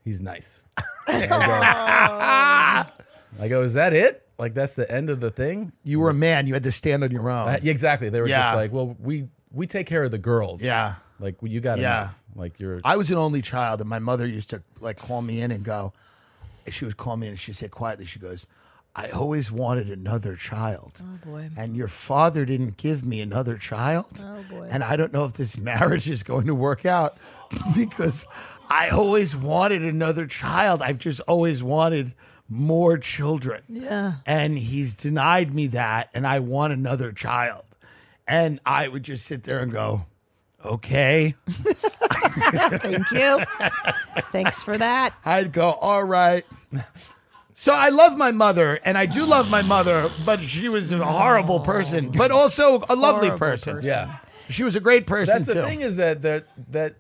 [SPEAKER 4] He's nice." And I'd go, I go, is that it? Like that's the end of the thing?
[SPEAKER 2] You were a man. You had to stand on your own.
[SPEAKER 4] Uh, yeah, exactly. They were
[SPEAKER 2] Yeah.
[SPEAKER 4] just like, well, we we take care of the girls.
[SPEAKER 2] Yeah.
[SPEAKER 4] Like well, you got
[SPEAKER 2] Yeah.
[SPEAKER 4] enough. Like you're.
[SPEAKER 2] I was an only child, and my mother used to like call me in and go. She would call me in, and she said quietly, "She goes, I always wanted another child,
[SPEAKER 3] Oh boy.
[SPEAKER 2] and your father didn't give me another child.
[SPEAKER 3] Oh, boy.
[SPEAKER 2] And I don't know if this marriage is going to work out because I always wanted another child. I've just always wanted more children.
[SPEAKER 3] Yeah.
[SPEAKER 2] And he's denied me that, and I want another child. And I would just sit there and go, okay.
[SPEAKER 3] Thank you. Thanks for that.
[SPEAKER 2] I'd go, all right. So I love my mother, and I do love my mother, but she was a horrible person, but also a lovely
[SPEAKER 3] Horrible
[SPEAKER 2] person.
[SPEAKER 3] person.
[SPEAKER 4] yeah.
[SPEAKER 2] She was a great person
[SPEAKER 4] That's the
[SPEAKER 2] too.
[SPEAKER 4] thing is that that that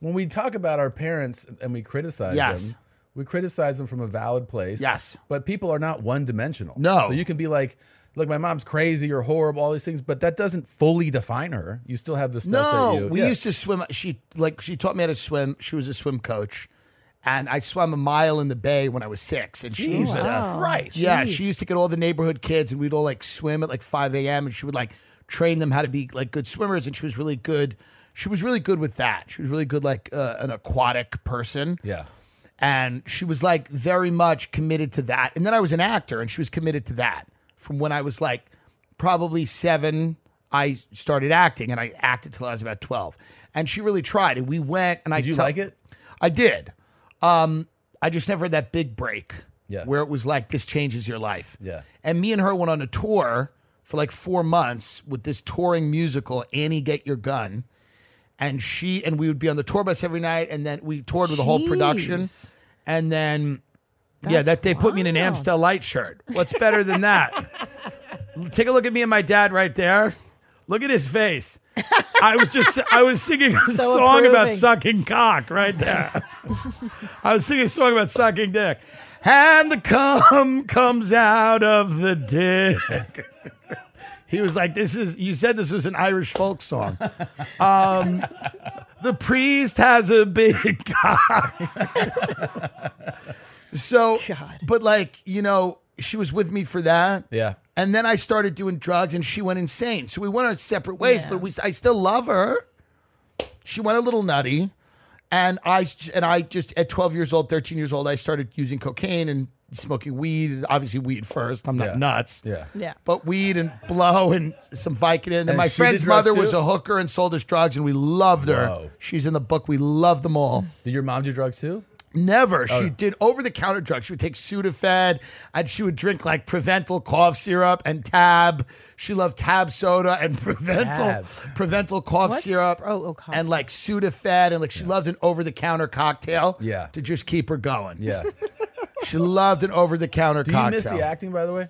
[SPEAKER 4] when we talk about our parents and we criticize
[SPEAKER 2] Yes.
[SPEAKER 4] them, we criticize them from a valid place.
[SPEAKER 2] Yes.
[SPEAKER 4] But people are not one dimensional.
[SPEAKER 2] No.
[SPEAKER 4] So you can be like. Look, my mom's crazy or horrible, all these things, but that doesn't fully define her. You still have the stuff
[SPEAKER 2] No,
[SPEAKER 4] that you.
[SPEAKER 2] we
[SPEAKER 4] yeah.
[SPEAKER 2] used to swim. She like she taught me how to swim. She was a swim coach, and I swam a mile in the bay when I was six. And she used
[SPEAKER 4] Jesus
[SPEAKER 2] to
[SPEAKER 4] Christ.
[SPEAKER 2] Yeah,
[SPEAKER 3] Jeez.
[SPEAKER 2] she used to get all the neighborhood kids, and we'd all like swim at like 5 a.m. and she would like train them how to be like good swimmers, and she was really good. She was really good with that. She was really good like uh, an aquatic person,
[SPEAKER 4] Yeah.
[SPEAKER 2] and she was like very much committed to that. And then I was an actor, and she was committed to that from when I was like probably seven. I started acting, and I acted till I was about 12. And she really tried, and we went. And I
[SPEAKER 4] Did you
[SPEAKER 2] tell-
[SPEAKER 4] like it?
[SPEAKER 2] I did. Um, I just never had that big break
[SPEAKER 4] Yeah.
[SPEAKER 2] where it was like, this changes your life.
[SPEAKER 4] Yeah.
[SPEAKER 2] And me and her went on a tour for like four months with this touring musical, Annie Get Your Gun. And she and we would be on the tour bus every night, and then we toured with the whole production.
[SPEAKER 3] Jeez.
[SPEAKER 2] And then, yeah, that they put me in an
[SPEAKER 3] wild.
[SPEAKER 2] Amstel Light shirt. What's better than that? Take a look at me and my dad right there. Look at his face. I was just I was singing a
[SPEAKER 3] So
[SPEAKER 2] song about
[SPEAKER 3] approving.
[SPEAKER 2] sucking cock right there. I was singing a song about sucking dick. And the cum comes out of the dick. He was like, This is, you said this was an Irish folk song. Um, the priest has a big cock. so,
[SPEAKER 3] God.
[SPEAKER 2] but like, you know, she was with me for that.
[SPEAKER 4] Yeah.
[SPEAKER 2] And then I started doing drugs and she went insane. So we went our separate ways,
[SPEAKER 3] Yeah.
[SPEAKER 2] but we, I still love her. She went a little nutty. And I and I just at 12 years old, 13 years old, I started using cocaine and smoking weed. Obviously, weed first. I'm not
[SPEAKER 4] Yeah.
[SPEAKER 2] nuts.
[SPEAKER 4] Yeah.
[SPEAKER 3] Yeah.
[SPEAKER 2] But weed and blow and some Vicodin. And,
[SPEAKER 4] And
[SPEAKER 2] my
[SPEAKER 4] she did
[SPEAKER 2] friend's
[SPEAKER 4] drugs
[SPEAKER 2] mother was
[SPEAKER 4] too?
[SPEAKER 2] a hooker and sold us drugs, and we loved her.
[SPEAKER 4] Whoa.
[SPEAKER 2] She's in the book. We love them all.
[SPEAKER 4] Did your mom do drugs too? Oh,
[SPEAKER 2] Never. She did over the counter drugs. She would take Sudafed and she would drink like Preventil cough syrup and Tab. She loved Tab soda and Preventil,
[SPEAKER 4] Tab.
[SPEAKER 2] Preventil cough
[SPEAKER 3] What's-
[SPEAKER 2] syrup
[SPEAKER 3] oh, oh, cough.
[SPEAKER 2] and like Sudafed. And like she loves an over the counter cocktail
[SPEAKER 4] Yeah.
[SPEAKER 2] to just keep her going.
[SPEAKER 4] Yeah. do
[SPEAKER 2] She loved an over the counter
[SPEAKER 4] you
[SPEAKER 2] cocktail.
[SPEAKER 4] miss the acting, by the way?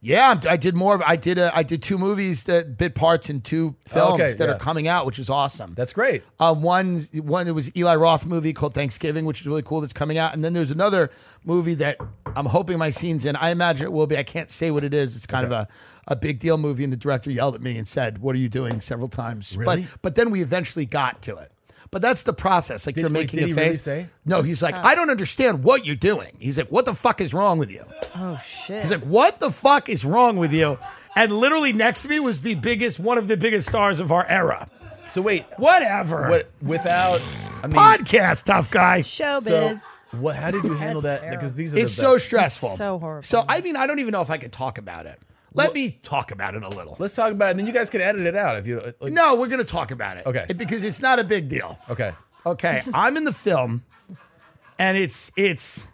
[SPEAKER 2] Yeah, I'm- I did more. of- I did. A, I did two movies that bit parts in two films
[SPEAKER 4] Oh, Okay,
[SPEAKER 2] that
[SPEAKER 4] yeah.
[SPEAKER 2] are coming out, which is awesome.
[SPEAKER 4] That's great.
[SPEAKER 2] Uh, one, one it was Eli Roth movie called Thanksgiving, which is really cool. That's coming out, and then there's another movie that I'm hoping my scenes in. I imagine it will be. I can't say what it is. It's kind of a, a big deal movie, and the director yelled at me and said, "What are you doing?" several times.
[SPEAKER 4] Really?
[SPEAKER 2] But but then we eventually got to it. But that's the process. Like you're
[SPEAKER 4] wait,
[SPEAKER 2] making
[SPEAKER 4] did
[SPEAKER 2] a
[SPEAKER 4] he
[SPEAKER 2] face.
[SPEAKER 4] really say?
[SPEAKER 2] No, he's like, I don't understand what you're doing. He's like, What the fuck is wrong with you?
[SPEAKER 3] Oh shit.
[SPEAKER 2] He's like, what the fuck is wrong with you? And literally next to me was the biggest, one of the biggest stars of our era.
[SPEAKER 4] So wait,
[SPEAKER 2] Whatever.
[SPEAKER 4] what without I mean
[SPEAKER 2] Podcast, tough guy.
[SPEAKER 3] Showbiz.
[SPEAKER 4] so, what how did you handle
[SPEAKER 3] That's
[SPEAKER 4] that? Because these are
[SPEAKER 2] It's
[SPEAKER 4] the
[SPEAKER 2] so
[SPEAKER 4] best.
[SPEAKER 2] stressful.
[SPEAKER 3] so horrible.
[SPEAKER 2] So, I mean, I don't even know if I could talk about it. Let me talk about it a little.
[SPEAKER 4] Let's talk about it and then you guys can edit it out if you like,
[SPEAKER 2] no, we're going to talk about it.
[SPEAKER 4] Okay.
[SPEAKER 2] Because it's not a big deal.
[SPEAKER 4] Okay.
[SPEAKER 2] Okay, I'm in the film, and it's it's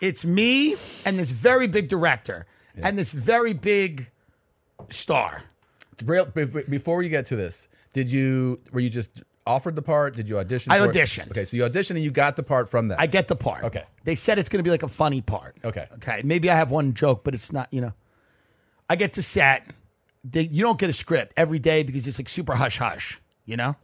[SPEAKER 2] it's me and this very big director and this very big star.
[SPEAKER 4] Real, be- be- before you get to this, did you were you just offered the part? Did you audition?
[SPEAKER 2] I
[SPEAKER 4] for it?
[SPEAKER 2] auditioned.
[SPEAKER 4] Okay, so you auditioned and you got the part from that.
[SPEAKER 2] I get the part.
[SPEAKER 4] Okay.
[SPEAKER 2] They said it's going to be like a funny part.
[SPEAKER 4] Okay.
[SPEAKER 2] Okay. Maybe I have one joke, but it's not, you know. I get to set. They, you don't get a script every day because it's like super hush hush, you know?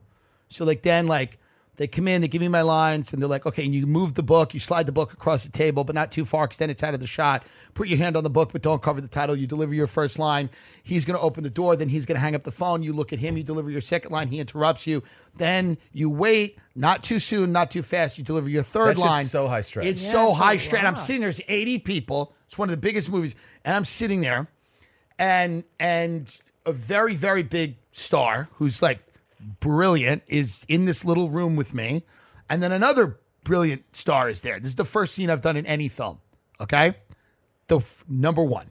[SPEAKER 2] So, like, then, like, they come in, they give me my lines, and they're like, okay, and you move the book, you slide the book across the table, but not too far because then it's out of the shot. Put your hand on the book, but don't cover the title. You deliver your first line. He's going to open the door, then he's going to hang up the phone. You look at him, you deliver your second line, he interrupts you. Then you wait, not too soon, not too fast. You deliver your third
[SPEAKER 4] That shit's
[SPEAKER 2] line.
[SPEAKER 4] so high stress.
[SPEAKER 2] It's
[SPEAKER 3] Yeah,
[SPEAKER 2] so
[SPEAKER 3] it's a
[SPEAKER 2] high stress. And I'm
[SPEAKER 3] lot.
[SPEAKER 2] sitting there, it's 80 people. It's one of the biggest movies. And I'm sitting there and and a very, very big star who's like brilliant is in this little room with me. And then another brilliant star is there. This is the first scene I've done in any film. Okay. The f- number one.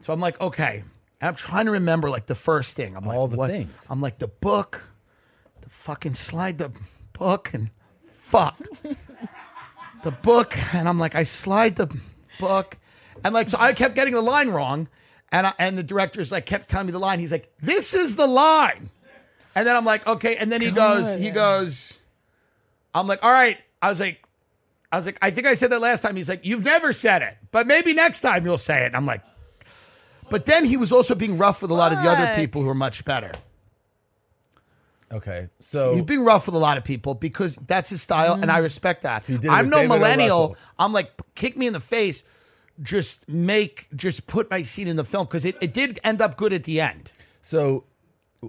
[SPEAKER 2] So I'm like, okay. And I'm trying to remember like the first thing. I'm like,
[SPEAKER 4] All the
[SPEAKER 2] what-
[SPEAKER 4] things.
[SPEAKER 2] I'm like the book, the fucking slide the book and fuck the book and I'm like, I slide the book. And like, so I kept getting the line wrong. And I, and the director's like kept telling me the line. He's like, this is the line. And then I'm like, okay. And then he goes, he goes, I'm like, all right. I was like, I was like, I think I said that last time. He's like, you've never said it, but maybe next time you'll say it. And I'm like, but then he was also being rough with a lot of the other
[SPEAKER 3] Fuck.
[SPEAKER 2] people who are much better.
[SPEAKER 4] okay. So
[SPEAKER 2] He's being rough with a lot of people because that's his style, and I respect that.
[SPEAKER 4] you did it
[SPEAKER 2] I'm
[SPEAKER 4] with
[SPEAKER 2] no
[SPEAKER 4] David O.
[SPEAKER 2] millennial.
[SPEAKER 4] Russell.
[SPEAKER 2] I'm like, kick me in the face. Just make, just put my scene in the film because it, it did end up good at the end.
[SPEAKER 4] so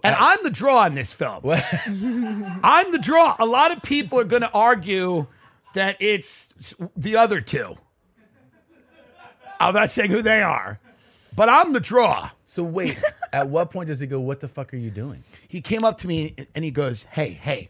[SPEAKER 2] And I'm the draw in this film. I'm the draw. A lot of people are going to argue that it's the other two. I'm not saying who they are, but I'm the draw.
[SPEAKER 4] so wait, at what point does he go, What the fuck are you doing?
[SPEAKER 2] he came up to me and he goes, "Hey, hey,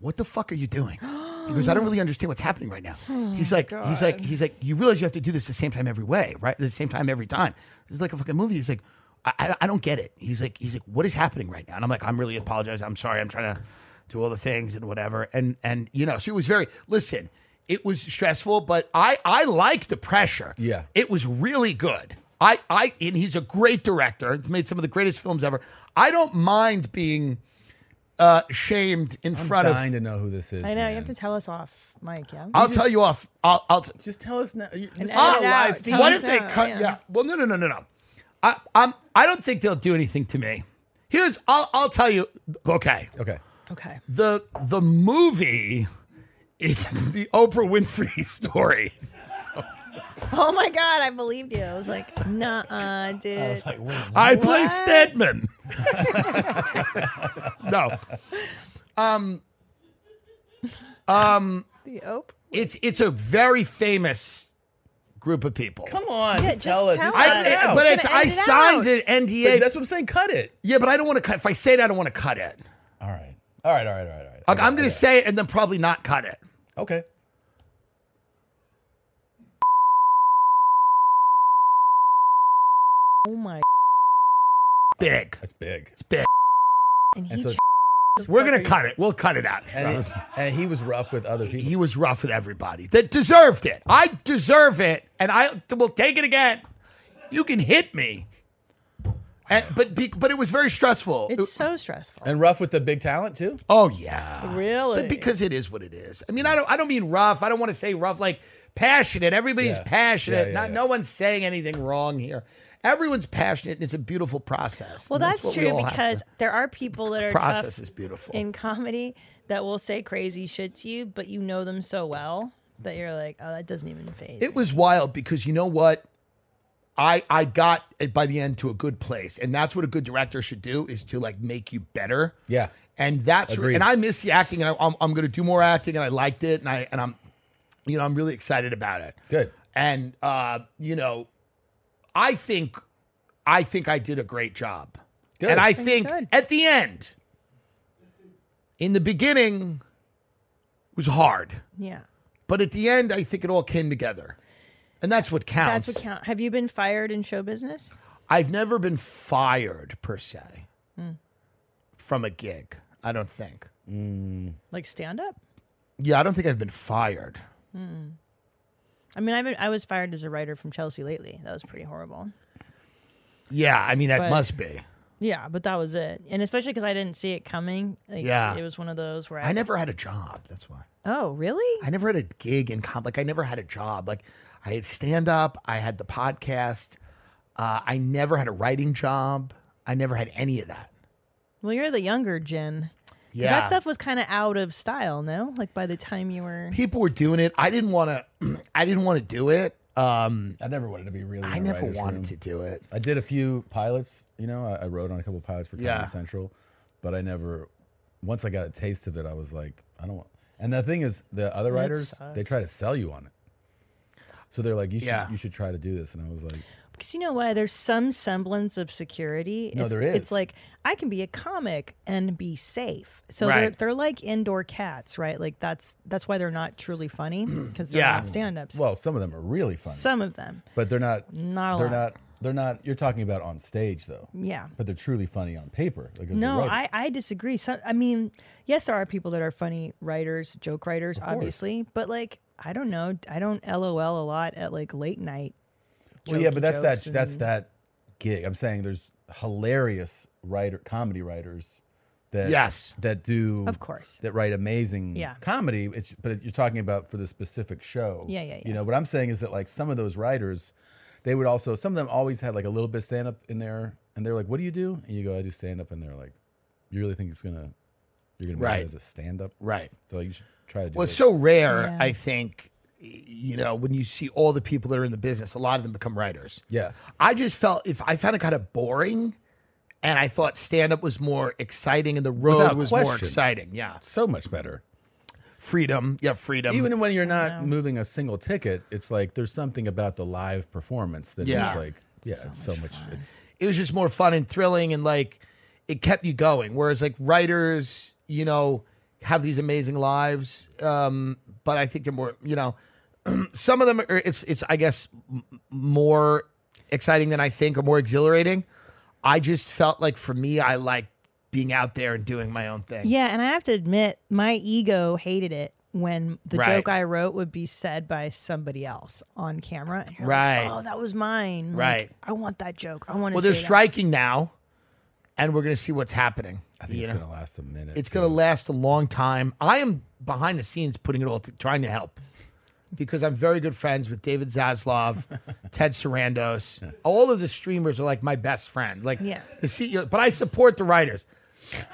[SPEAKER 2] what the fuck are you doing?" He goes, "I don't really understand what's happening right now." He's like, he's like, he's like, you realize you have to do this the same time every way, right? The same time every time. This is like a fucking movie. He's like, I, I, I don't get it. He's like, he's like, what is happening right now? And I'm like, I'm really apologizing. I'm sorry. I'm trying to do all the things and whatever. And and you know, so it was very listen. It was stressful, but I I like the pressure.
[SPEAKER 4] Yeah.
[SPEAKER 2] It was really good. I, I, and he's a great director. He's made some of the greatest films ever. I don't mind being uh, shamed in
[SPEAKER 4] I'm
[SPEAKER 2] front
[SPEAKER 4] dying
[SPEAKER 2] of.
[SPEAKER 4] to know who this is.
[SPEAKER 3] I know
[SPEAKER 4] man.
[SPEAKER 3] you have to tell us off, Mike. Yeah.
[SPEAKER 2] I'll tell you off. I'll. I'll t- Ah!
[SPEAKER 4] just tell us now. You- This is
[SPEAKER 3] edit
[SPEAKER 4] not a
[SPEAKER 3] it out.
[SPEAKER 4] live feed.
[SPEAKER 3] Tell
[SPEAKER 2] what
[SPEAKER 3] us
[SPEAKER 2] if they
[SPEAKER 3] now,
[SPEAKER 2] cut? Yeah.
[SPEAKER 3] yeah.
[SPEAKER 2] Well, no, no, no, no, no. I, I'm. I don't think they'll do anything to me. Here's. I'll. I'll tell you. Okay.
[SPEAKER 4] Okay.
[SPEAKER 3] okay.
[SPEAKER 2] The the movie is the Oprah Winfrey story.
[SPEAKER 3] Oh my god, I believed you. I was like, nah, uh, dude.
[SPEAKER 2] I play
[SPEAKER 3] What?
[SPEAKER 2] Stedman. no.
[SPEAKER 3] the oh, Oprah.
[SPEAKER 2] It's it's a very famous group of people.
[SPEAKER 4] Come on.
[SPEAKER 3] Yeah,
[SPEAKER 4] just tell
[SPEAKER 3] just
[SPEAKER 4] us. Just
[SPEAKER 3] tell
[SPEAKER 4] cut
[SPEAKER 3] us.
[SPEAKER 4] it
[SPEAKER 2] I,
[SPEAKER 4] out.
[SPEAKER 2] but
[SPEAKER 3] It's
[SPEAKER 2] it's,
[SPEAKER 3] gonna
[SPEAKER 2] I
[SPEAKER 3] edit it
[SPEAKER 2] signed
[SPEAKER 3] out.
[SPEAKER 2] an
[SPEAKER 4] But
[SPEAKER 2] NDA.
[SPEAKER 4] that's what I'm saying. Cut it.
[SPEAKER 2] yeah, but I don't want to cut. If I say it, I don't want to cut it.
[SPEAKER 4] All right. All right. All right. All right. All right.
[SPEAKER 2] Like, I'm going to
[SPEAKER 4] to
[SPEAKER 2] say it and then probably not cut it.
[SPEAKER 4] Okay.
[SPEAKER 3] Oh my.
[SPEAKER 2] Big.
[SPEAKER 4] That's big.
[SPEAKER 3] And he.
[SPEAKER 4] And so
[SPEAKER 3] ch-
[SPEAKER 2] We're going to cut it. We'll cut it out.
[SPEAKER 4] and, it- and he was rough with other people.
[SPEAKER 2] he was rough with everybody that deserved it. I deserve it, and I will take it again. You can hit me, and, but be, but it was very stressful.
[SPEAKER 3] it's so stressful.
[SPEAKER 4] and rough with the big talent too.
[SPEAKER 2] oh yeah,
[SPEAKER 3] Really?
[SPEAKER 2] But because it is what it is. I mean, I don't I don't mean rough. I don't want to say rough like passionate. Everybody's
[SPEAKER 4] Yeah.
[SPEAKER 2] passionate.
[SPEAKER 4] Yeah, yeah,
[SPEAKER 2] Not,
[SPEAKER 4] yeah.
[SPEAKER 2] No one's saying anything wrong here. Everyone's passionate, and it's a beautiful process.
[SPEAKER 3] Well,
[SPEAKER 2] And
[SPEAKER 3] that's,
[SPEAKER 2] what we
[SPEAKER 3] true
[SPEAKER 2] all have to-
[SPEAKER 3] because there are people that are
[SPEAKER 2] process
[SPEAKER 3] tough
[SPEAKER 2] is beautiful.
[SPEAKER 3] in comedy that will say crazy shit to you, but you know them so well that you're like, oh, that doesn't even phase.
[SPEAKER 2] It was wild because you know what? I I got it by the end to a good place, and that's what a good director should do is to like make you better.
[SPEAKER 4] Yeah.
[SPEAKER 2] and that's
[SPEAKER 4] Agreed.
[SPEAKER 2] and I miss the acting, and I, I'm I'm gonna do more acting, and I liked it, and I and I'm, you know, I'm really excited about it.
[SPEAKER 4] Good.
[SPEAKER 2] and uh, you know, I think, I think I did a great job,
[SPEAKER 4] Good.
[SPEAKER 2] and I think
[SPEAKER 3] good.
[SPEAKER 2] at the end, in the beginning, it was hard.
[SPEAKER 3] yeah,
[SPEAKER 2] But at the end, I think it all came together. And that's what counts.
[SPEAKER 3] that's what count. Have you been fired in show business?
[SPEAKER 2] I've never been fired per se from a gig. I don't think.
[SPEAKER 3] Like stand up?
[SPEAKER 2] Yeah, I don't think I've been fired.
[SPEAKER 3] I mean, I've been, I was fired as a writer from Chelsea lately. That was pretty horrible.
[SPEAKER 2] Yeah, I mean that
[SPEAKER 3] But-
[SPEAKER 2] must be.
[SPEAKER 3] Yeah, but that was it. And especially because I didn't see it coming. Like,
[SPEAKER 2] Yeah.
[SPEAKER 3] It was one of those where I,
[SPEAKER 2] I never had a job. That's why.
[SPEAKER 3] Oh, really?
[SPEAKER 2] I never had a gig in comp. Like I never had a job. Like I had stand up. I had the podcast. Uh, I never had a writing job. I never had any of that.
[SPEAKER 3] Well, you're the younger Jen. 'Cause
[SPEAKER 2] Yeah.
[SPEAKER 3] That stuff was kind of out of style, no? Like by the time you were.
[SPEAKER 2] People were doing it. I didn't want to. I didn't want to do it. Um,
[SPEAKER 4] I never wanted to be really.
[SPEAKER 2] I
[SPEAKER 4] in the
[SPEAKER 2] never
[SPEAKER 4] writer's
[SPEAKER 2] wanted
[SPEAKER 4] room.
[SPEAKER 2] to do it.
[SPEAKER 4] I did a few pilots. You know, I, I wrote on a couple pilots for Comedy
[SPEAKER 2] Yeah.
[SPEAKER 4] Central, but I never. Once I got a taste of it, I was like, I don't. want... And the thing is, the other writers they
[SPEAKER 3] sucks.
[SPEAKER 4] try to sell you on it. So they're like, you should
[SPEAKER 2] Yeah.
[SPEAKER 4] you should try to do this, and I was like,
[SPEAKER 3] Because you know what? There's some semblance of security.
[SPEAKER 4] No,
[SPEAKER 3] it's,
[SPEAKER 4] there
[SPEAKER 3] It's
[SPEAKER 4] is.
[SPEAKER 3] like I can be a comic and be safe. So they're
[SPEAKER 2] Right.
[SPEAKER 3] they're like indoor cats, right? Like that's that's why they're not truly funny because they're
[SPEAKER 2] Yeah.
[SPEAKER 3] not stand-ups.
[SPEAKER 4] well, some of them are really funny,
[SPEAKER 3] some of them,
[SPEAKER 4] but they're not.
[SPEAKER 3] Not a
[SPEAKER 4] they're
[SPEAKER 3] lot.
[SPEAKER 4] not. They're not. You're talking about on stage though.
[SPEAKER 3] yeah.
[SPEAKER 4] But they're truly funny on paper. Like as a
[SPEAKER 3] No,
[SPEAKER 4] writer.
[SPEAKER 3] I, I disagree. Some, I mean, yes, there are people that are funny writers, joke writers, obviously, but like, I don't know. I don't LOL a lot at like late night.
[SPEAKER 4] Well, yeah, but
[SPEAKER 3] jokey
[SPEAKER 4] that's that.
[SPEAKER 3] jokes
[SPEAKER 4] That's
[SPEAKER 3] and-
[SPEAKER 4] that gig. I'm saying there's hilarious writer comedy writers that
[SPEAKER 2] Yes.
[SPEAKER 4] that do
[SPEAKER 3] Of course.
[SPEAKER 4] that write amazing
[SPEAKER 3] Yeah.
[SPEAKER 4] comedy. It's, but you're talking about for the specific show.
[SPEAKER 3] Yeah, yeah, yeah.
[SPEAKER 4] You know what I'm saying is that like some of those writers, they would also some of them always had like a little bit stand up in there, and they're like, "What do you do?" And you go, "I do stand up," and they're like, "You really think it's gonna you're gonna write
[SPEAKER 2] Right.
[SPEAKER 4] it as a stand up?"
[SPEAKER 2] Right.
[SPEAKER 4] They're like, "You should try to do
[SPEAKER 2] Well,
[SPEAKER 4] it."
[SPEAKER 2] it's so rare,
[SPEAKER 3] Yeah.
[SPEAKER 2] I think, y- you know, when you see all the people that are in the business, a lot of them become writers.
[SPEAKER 4] yeah.
[SPEAKER 2] I just felt if I found it kind of boring and I thought stand up was more exciting and the road
[SPEAKER 4] Without
[SPEAKER 2] was more
[SPEAKER 4] question.
[SPEAKER 2] exciting. Yeah.
[SPEAKER 4] So much better.
[SPEAKER 2] Freedom. Yeah, freedom.
[SPEAKER 4] even when you're not moving a single ticket, it's like there's something about the live performance that is
[SPEAKER 2] Yeah.
[SPEAKER 4] like, yeah, it's so much. It's,
[SPEAKER 2] it was just more fun and thrilling and like it kept you going. Whereas like writers, you know, have these amazing lives, um, but I think they're more, you know, some of them are it's it's I guess m- more exciting than I think or more exhilarating. I just felt like for me, I liked being out there and doing my own thing.
[SPEAKER 3] Yeah, and I have to admit, my ego hated it when the
[SPEAKER 2] Right.
[SPEAKER 3] joke I wrote would be said by somebody else on camera. And you're like,
[SPEAKER 2] Right.
[SPEAKER 3] oh, that was mine. Like,
[SPEAKER 2] Right.
[SPEAKER 3] I want that joke. I want to.
[SPEAKER 2] Well, they're striking now, and we're gonna see what's happening.
[SPEAKER 4] I think
[SPEAKER 2] you
[SPEAKER 4] it's
[SPEAKER 2] know?
[SPEAKER 4] gonna last a minute.
[SPEAKER 2] it's going to last a long time. I am behind the scenes putting it all, to, trying to help because I'm very good friends with David Zaslav, Ted Sarandos. All of the streamers are like my best friend. Like
[SPEAKER 3] Yeah.
[SPEAKER 2] the CEO, but I support the writers.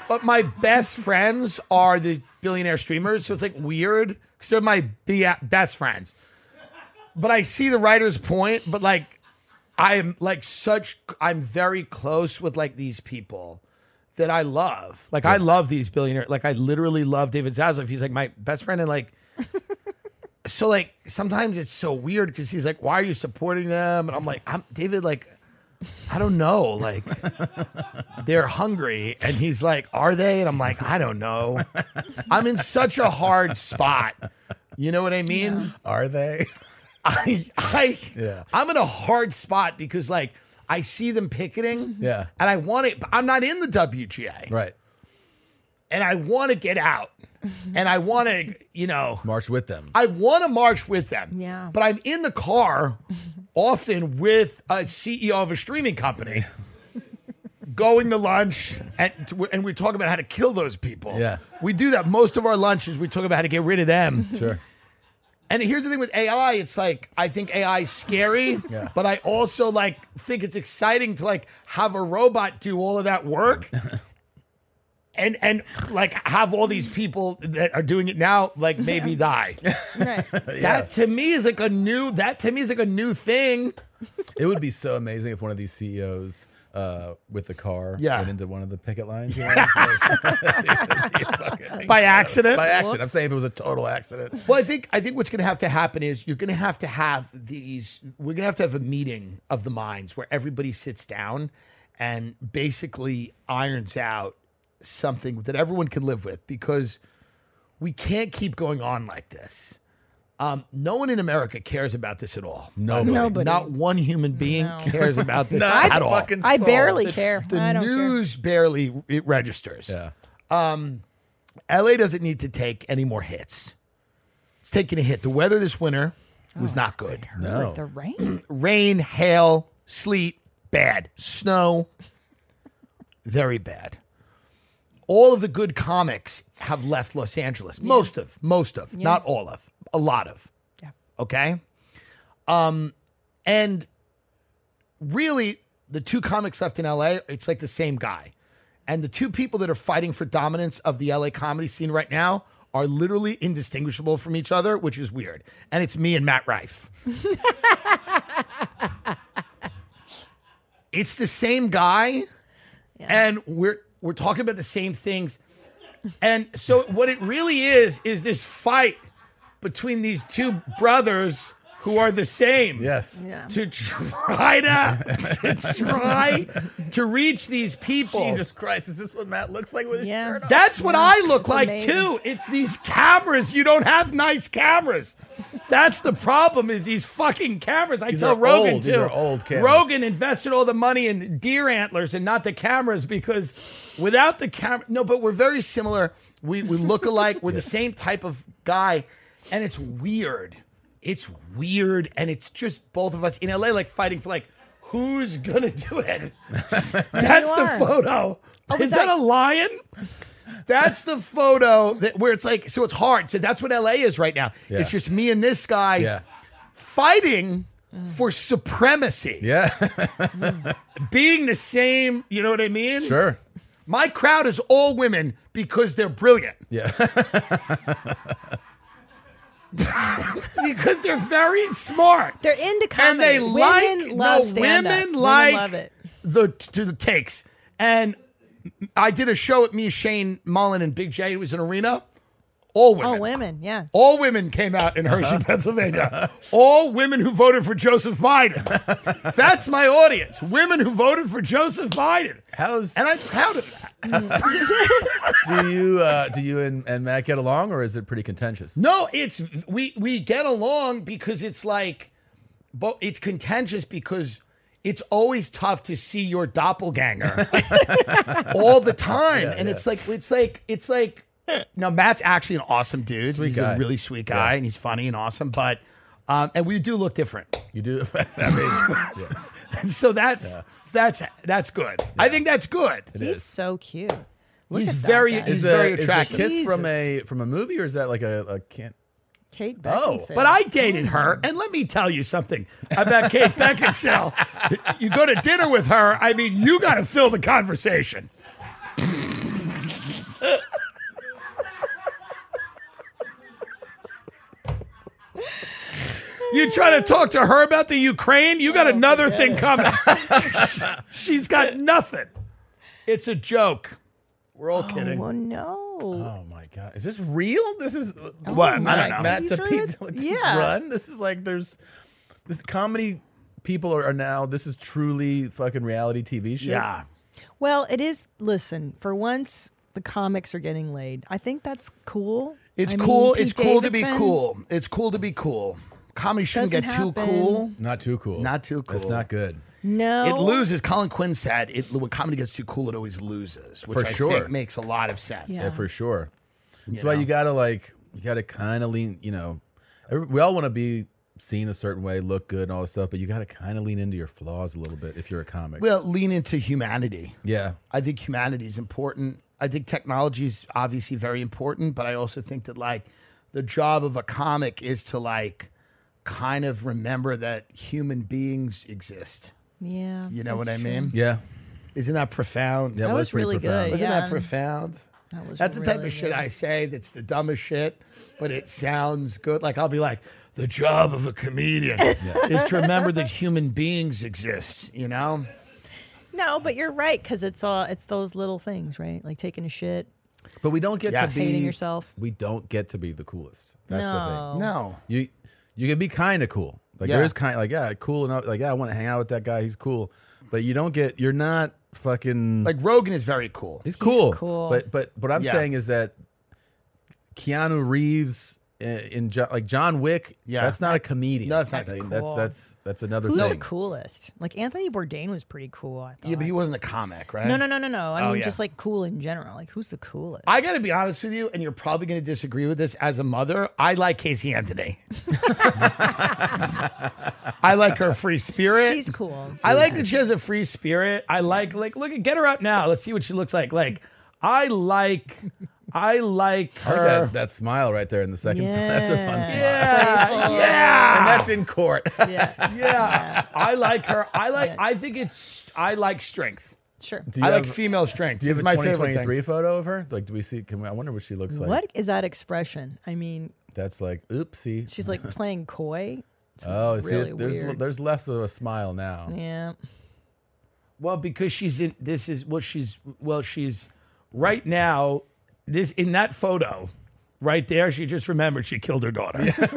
[SPEAKER 2] But my best friends are the billionaire streamers, so it's like weird because they're my be- uh, best friends. But I see the writer's point, but like I am like such I'm very close with like these people that I love. Like I love these billionaire. Like I literally love David Zaslav. He's like my best friend and like so like sometimes it's so weird because he's like, Why are you supporting them? And I'm like, I'm David, like, I don't know. Like they're hungry. And he's like, Are they? And I'm like, I don't know. I'm in such a hard spot. You know what I mean?
[SPEAKER 4] Are they?
[SPEAKER 2] I, I,
[SPEAKER 4] Yeah.
[SPEAKER 2] I'm in a hard spot because like I see them picketing,
[SPEAKER 4] Yeah.
[SPEAKER 2] and I want it. but I'm not in the WGA,
[SPEAKER 4] right.
[SPEAKER 2] and I want to get out, and I want to, you know,
[SPEAKER 4] March with them.
[SPEAKER 2] I want to march with them,
[SPEAKER 3] Yeah.
[SPEAKER 2] But I'm in the car, often with a CEO of a streaming company, going to lunch, and and we talk about how to kill those people.
[SPEAKER 4] Yeah.
[SPEAKER 2] we do that most of our lunches. We talk about how to get rid of them.
[SPEAKER 4] sure.
[SPEAKER 2] And here's the thing with AI, it's like I think AI is scary,
[SPEAKER 4] Yeah.
[SPEAKER 2] but I also like think it's exciting to like have a robot do all of that work. And and like have all these people that are doing it now like maybe die.
[SPEAKER 3] Right.
[SPEAKER 2] That to me is like a new that to me is like a new thing.
[SPEAKER 4] It would be so amazing if one of these CEOs uh, with the car
[SPEAKER 2] Yeah.
[SPEAKER 4] went into one of the picket lines. you know? It would be fucking-
[SPEAKER 2] By accident?
[SPEAKER 4] By accident. I'm saying if it was a total accident.
[SPEAKER 2] Well, I think I think what's going to have to happen is you're going to have to have these. We're going to have to have a meeting of the minds where everybody sits down and basically irons out something that everyone can live with because we can't keep going on like this. Um, no one in America cares about this at all. Nobody,
[SPEAKER 3] Nobody.
[SPEAKER 2] not one human being cares about this
[SPEAKER 4] Not
[SPEAKER 2] at
[SPEAKER 4] a
[SPEAKER 2] all.
[SPEAKER 4] fucking
[SPEAKER 3] I
[SPEAKER 4] soul.
[SPEAKER 3] barely
[SPEAKER 4] It's-
[SPEAKER 3] care.
[SPEAKER 2] the
[SPEAKER 3] I don't
[SPEAKER 2] news barely it registers.
[SPEAKER 4] Yeah.
[SPEAKER 2] LA doesn't need to take any more hits. It's taking a hit. The weather this winter
[SPEAKER 3] Oh,
[SPEAKER 2] was not good.
[SPEAKER 3] care. Like the rain.
[SPEAKER 2] Rain, hail, sleet, bad. Snow, very bad. All of the good comics have left Los Angeles. Most of, most of, not all of, a lot of.
[SPEAKER 3] Yeah.
[SPEAKER 2] Okay. Um, and really, the two comics left in LA, it's like the same guy. And the two people that are fighting for dominance of the LA comedy scene right now are literally indistinguishable from each other, which is weird. And it's me and Matt Rife. it's the same guy, and we're we're talking about the same things. And so what it really is is this fight between these two brothers who are the same
[SPEAKER 4] Yes.
[SPEAKER 3] Yeah.
[SPEAKER 2] to try to, to try to reach these people.
[SPEAKER 4] Jesus Christ, is this what Matt looks like with his
[SPEAKER 3] Yeah.
[SPEAKER 4] shirt on?
[SPEAKER 2] That's what I look
[SPEAKER 3] it's
[SPEAKER 2] like
[SPEAKER 3] amazing.
[SPEAKER 2] too. It's these cameras. You don't have nice cameras. That's the problem. Is these fucking cameras? I
[SPEAKER 4] These
[SPEAKER 2] tell
[SPEAKER 4] are
[SPEAKER 2] Rogan
[SPEAKER 4] old.
[SPEAKER 2] too.
[SPEAKER 4] These are old cameras.
[SPEAKER 2] Rogan invested all the money in deer antlers and not the cameras because without the camera, no. But we're very similar. We we look alike. We're the same type of guy, and it's weird. It's weird, and it's just both of us in LA like fighting for like. Who's gonna do it? That's the
[SPEAKER 3] are. Oh,
[SPEAKER 2] photo. Is that a lion? That's the photo that where it's like so it's hard. So that's what LA is right now.
[SPEAKER 4] Yeah.
[SPEAKER 2] It's just me and this guy
[SPEAKER 4] Yeah.
[SPEAKER 2] fighting for supremacy.
[SPEAKER 4] Yeah.
[SPEAKER 2] Being the same, you know what I mean?
[SPEAKER 4] Sure.
[SPEAKER 2] My crowd is all women because they're brilliant.
[SPEAKER 4] Yeah.
[SPEAKER 2] because they're very smart.
[SPEAKER 3] They're into
[SPEAKER 2] and
[SPEAKER 3] comedy.
[SPEAKER 2] they
[SPEAKER 3] women
[SPEAKER 2] like
[SPEAKER 3] love
[SPEAKER 2] no
[SPEAKER 3] stand-up.
[SPEAKER 2] women like
[SPEAKER 3] love it.
[SPEAKER 2] the to the takes. And I did a show at me, Shane Mullen, and Big J. It was an arena. All women.
[SPEAKER 3] Oh, women. Yeah.
[SPEAKER 2] All women came out in Hershey,
[SPEAKER 4] Uh-huh.
[SPEAKER 2] Pennsylvania. All women who voted for Joseph Biden. That's my audience. Women who voted for Joseph Biden.
[SPEAKER 4] How's
[SPEAKER 2] And I'm proud of that.
[SPEAKER 4] do you uh, do you and, and Matt get along or is it pretty contentious?
[SPEAKER 2] No, it's we we get along because it's like but it's contentious because it's always tough to see your doppelganger all the time. and it's like it's like it's like now Matt's actually an awesome dude. he's
[SPEAKER 4] guy.
[SPEAKER 2] a really sweet guy and he's funny and awesome, but um, and we do look different.
[SPEAKER 4] You do I mean yeah.
[SPEAKER 2] And so that's that's that's good. I think that's good.
[SPEAKER 3] He's so cute. Look
[SPEAKER 2] he's
[SPEAKER 3] at that
[SPEAKER 2] very
[SPEAKER 3] guy.
[SPEAKER 2] he's
[SPEAKER 4] Is
[SPEAKER 2] very
[SPEAKER 4] the-
[SPEAKER 2] attractive.
[SPEAKER 4] Is the kiss from a
[SPEAKER 3] Jesus.
[SPEAKER 4] from a movie or is that like a, a can't
[SPEAKER 3] Kate
[SPEAKER 4] Oh,
[SPEAKER 3] Beckinsale.
[SPEAKER 2] But I dated her, and let me tell you something about Kate Beckinsale. you go to dinner with her. I mean, you got to fill the conversation. You try to talk to her about the Ukraine, you got another thing coming. She's got nothing. It's a joke. We're all kidding.
[SPEAKER 3] Oh no.
[SPEAKER 4] Oh my god. Is this real? This is
[SPEAKER 3] Oh
[SPEAKER 2] What? I don't
[SPEAKER 4] Matt,
[SPEAKER 2] know.
[SPEAKER 4] Matt's
[SPEAKER 3] He's
[SPEAKER 4] a
[SPEAKER 3] really-
[SPEAKER 4] pe- like,
[SPEAKER 3] yeah.
[SPEAKER 4] run. This is like there's this comedy people are, are now this is truly fucking reality TV shit.
[SPEAKER 2] Yeah.
[SPEAKER 3] Well, it is. Listen, for once, the comics are getting laid. I think that's cool.
[SPEAKER 2] It's
[SPEAKER 3] I mean,
[SPEAKER 2] cool.
[SPEAKER 3] Pete
[SPEAKER 2] it's cool to be
[SPEAKER 3] Davidson-
[SPEAKER 2] cool. It's cool to be cool. Comedy shouldn't
[SPEAKER 3] Doesn't
[SPEAKER 2] get too
[SPEAKER 3] happen.
[SPEAKER 2] cool.
[SPEAKER 4] Not too cool.
[SPEAKER 2] Not too
[SPEAKER 4] That's
[SPEAKER 2] cool.
[SPEAKER 4] not good.
[SPEAKER 3] No,
[SPEAKER 2] It loses. Colin Quinn said, it, "When comedy gets too cool, it always loses," which
[SPEAKER 4] For
[SPEAKER 2] I
[SPEAKER 4] sure.
[SPEAKER 2] think makes a lot of sense.
[SPEAKER 4] Yeah,
[SPEAKER 3] Yeah.
[SPEAKER 4] for sure. That's why you gotta like you gotta kind of lean. You know, every, we all want to be seen a certain way, look good, and all this stuff, but you gotta kind of lean into your flaws a little bit if you're a comic.
[SPEAKER 2] Well, lean into humanity.
[SPEAKER 4] yeah,
[SPEAKER 2] I think humanity is important. I think technology is obviously very important, but I also think that like the job of a comic is to like kind of remember that human beings exist.
[SPEAKER 3] Yeah.
[SPEAKER 2] You know what I
[SPEAKER 3] that's true.
[SPEAKER 2] mean?
[SPEAKER 4] Yeah.
[SPEAKER 2] Isn't that profound?
[SPEAKER 4] That
[SPEAKER 3] That was,
[SPEAKER 4] pretty
[SPEAKER 3] really
[SPEAKER 4] profound.
[SPEAKER 3] good.
[SPEAKER 2] Wasn't
[SPEAKER 3] yeah.
[SPEAKER 2] that profound?
[SPEAKER 3] That was
[SPEAKER 2] That's the type
[SPEAKER 3] really
[SPEAKER 2] of shit
[SPEAKER 3] good.
[SPEAKER 2] I say that's the dumbest shit, but it sounds good. Like I'll be like, the job of a comedian is to remember that human beings exist, you know?
[SPEAKER 3] No, but you're right because it's all it's those little things, right? Like taking a shit,
[SPEAKER 4] But we don't get
[SPEAKER 2] Yes.
[SPEAKER 4] to be
[SPEAKER 3] hating yourself.
[SPEAKER 4] We don't get to be the coolest. That's
[SPEAKER 3] no.
[SPEAKER 2] No.
[SPEAKER 4] the thing. You you can be kind of cool. Like
[SPEAKER 2] Yeah.
[SPEAKER 4] there's kind like yeah, cool enough. Like yeah, I want to hang out with that guy. He's cool. But you don't get. You're not fucking.
[SPEAKER 2] Like Rogan is very cool.
[SPEAKER 4] he's cool.
[SPEAKER 3] cool.
[SPEAKER 4] But but what I'm
[SPEAKER 2] Yeah.
[SPEAKER 4] saying is that Keanu Reeves uh, in Jo- like John Wick.
[SPEAKER 2] Yeah.
[SPEAKER 4] that's not a comedian.
[SPEAKER 2] No, it's not
[SPEAKER 4] Like,
[SPEAKER 2] cool.
[SPEAKER 4] That's that's that's another
[SPEAKER 3] Who's the
[SPEAKER 4] thing.
[SPEAKER 3] coolest? Like Anthony Bourdain was pretty cool. I thought.
[SPEAKER 2] Yeah, but he wasn't a comic, right?
[SPEAKER 3] no, no, no, no, no. I
[SPEAKER 2] Oh,
[SPEAKER 3] mean,
[SPEAKER 2] yeah.
[SPEAKER 3] just like cool in general. Like, who's the coolest?
[SPEAKER 2] I got to be honest with you, and you're probably going to disagree with this as a mother. I like Casey Anthony. I like her free spirit.
[SPEAKER 3] She's cool.
[SPEAKER 2] I like that she has a free spirit. I like like look at get her up now. Let's see what she looks like. Like I like I like
[SPEAKER 4] I like
[SPEAKER 2] her.
[SPEAKER 4] that, that smile right there in the second. That's a fun
[SPEAKER 3] Yeah.
[SPEAKER 4] smile.
[SPEAKER 2] Yeah,
[SPEAKER 3] Playful.
[SPEAKER 4] And
[SPEAKER 2] yeah,
[SPEAKER 4] that's in court.
[SPEAKER 3] Yeah,
[SPEAKER 2] yeah. I like her. I like. I think it's. I like strength.
[SPEAKER 3] sure.
[SPEAKER 4] Do you
[SPEAKER 2] I like
[SPEAKER 4] have-
[SPEAKER 2] female strength.
[SPEAKER 4] Do you have
[SPEAKER 2] It's
[SPEAKER 4] a
[SPEAKER 2] my favorite
[SPEAKER 4] 2023
[SPEAKER 2] thing.
[SPEAKER 4] photo of her? Like, do we see? Can we, I wonder what she looks like.
[SPEAKER 3] What is that expression? I mean,
[SPEAKER 4] That's like, oopsie.
[SPEAKER 3] she's like playing coy.
[SPEAKER 4] oh, see,
[SPEAKER 3] really
[SPEAKER 4] it's- there's
[SPEAKER 3] weird.
[SPEAKER 4] there's less of a smile now.
[SPEAKER 3] Yeah.
[SPEAKER 2] Well, because she's in. This is well. She's well. She's right now. This in that photo, right there. She just remembered she killed her daughter.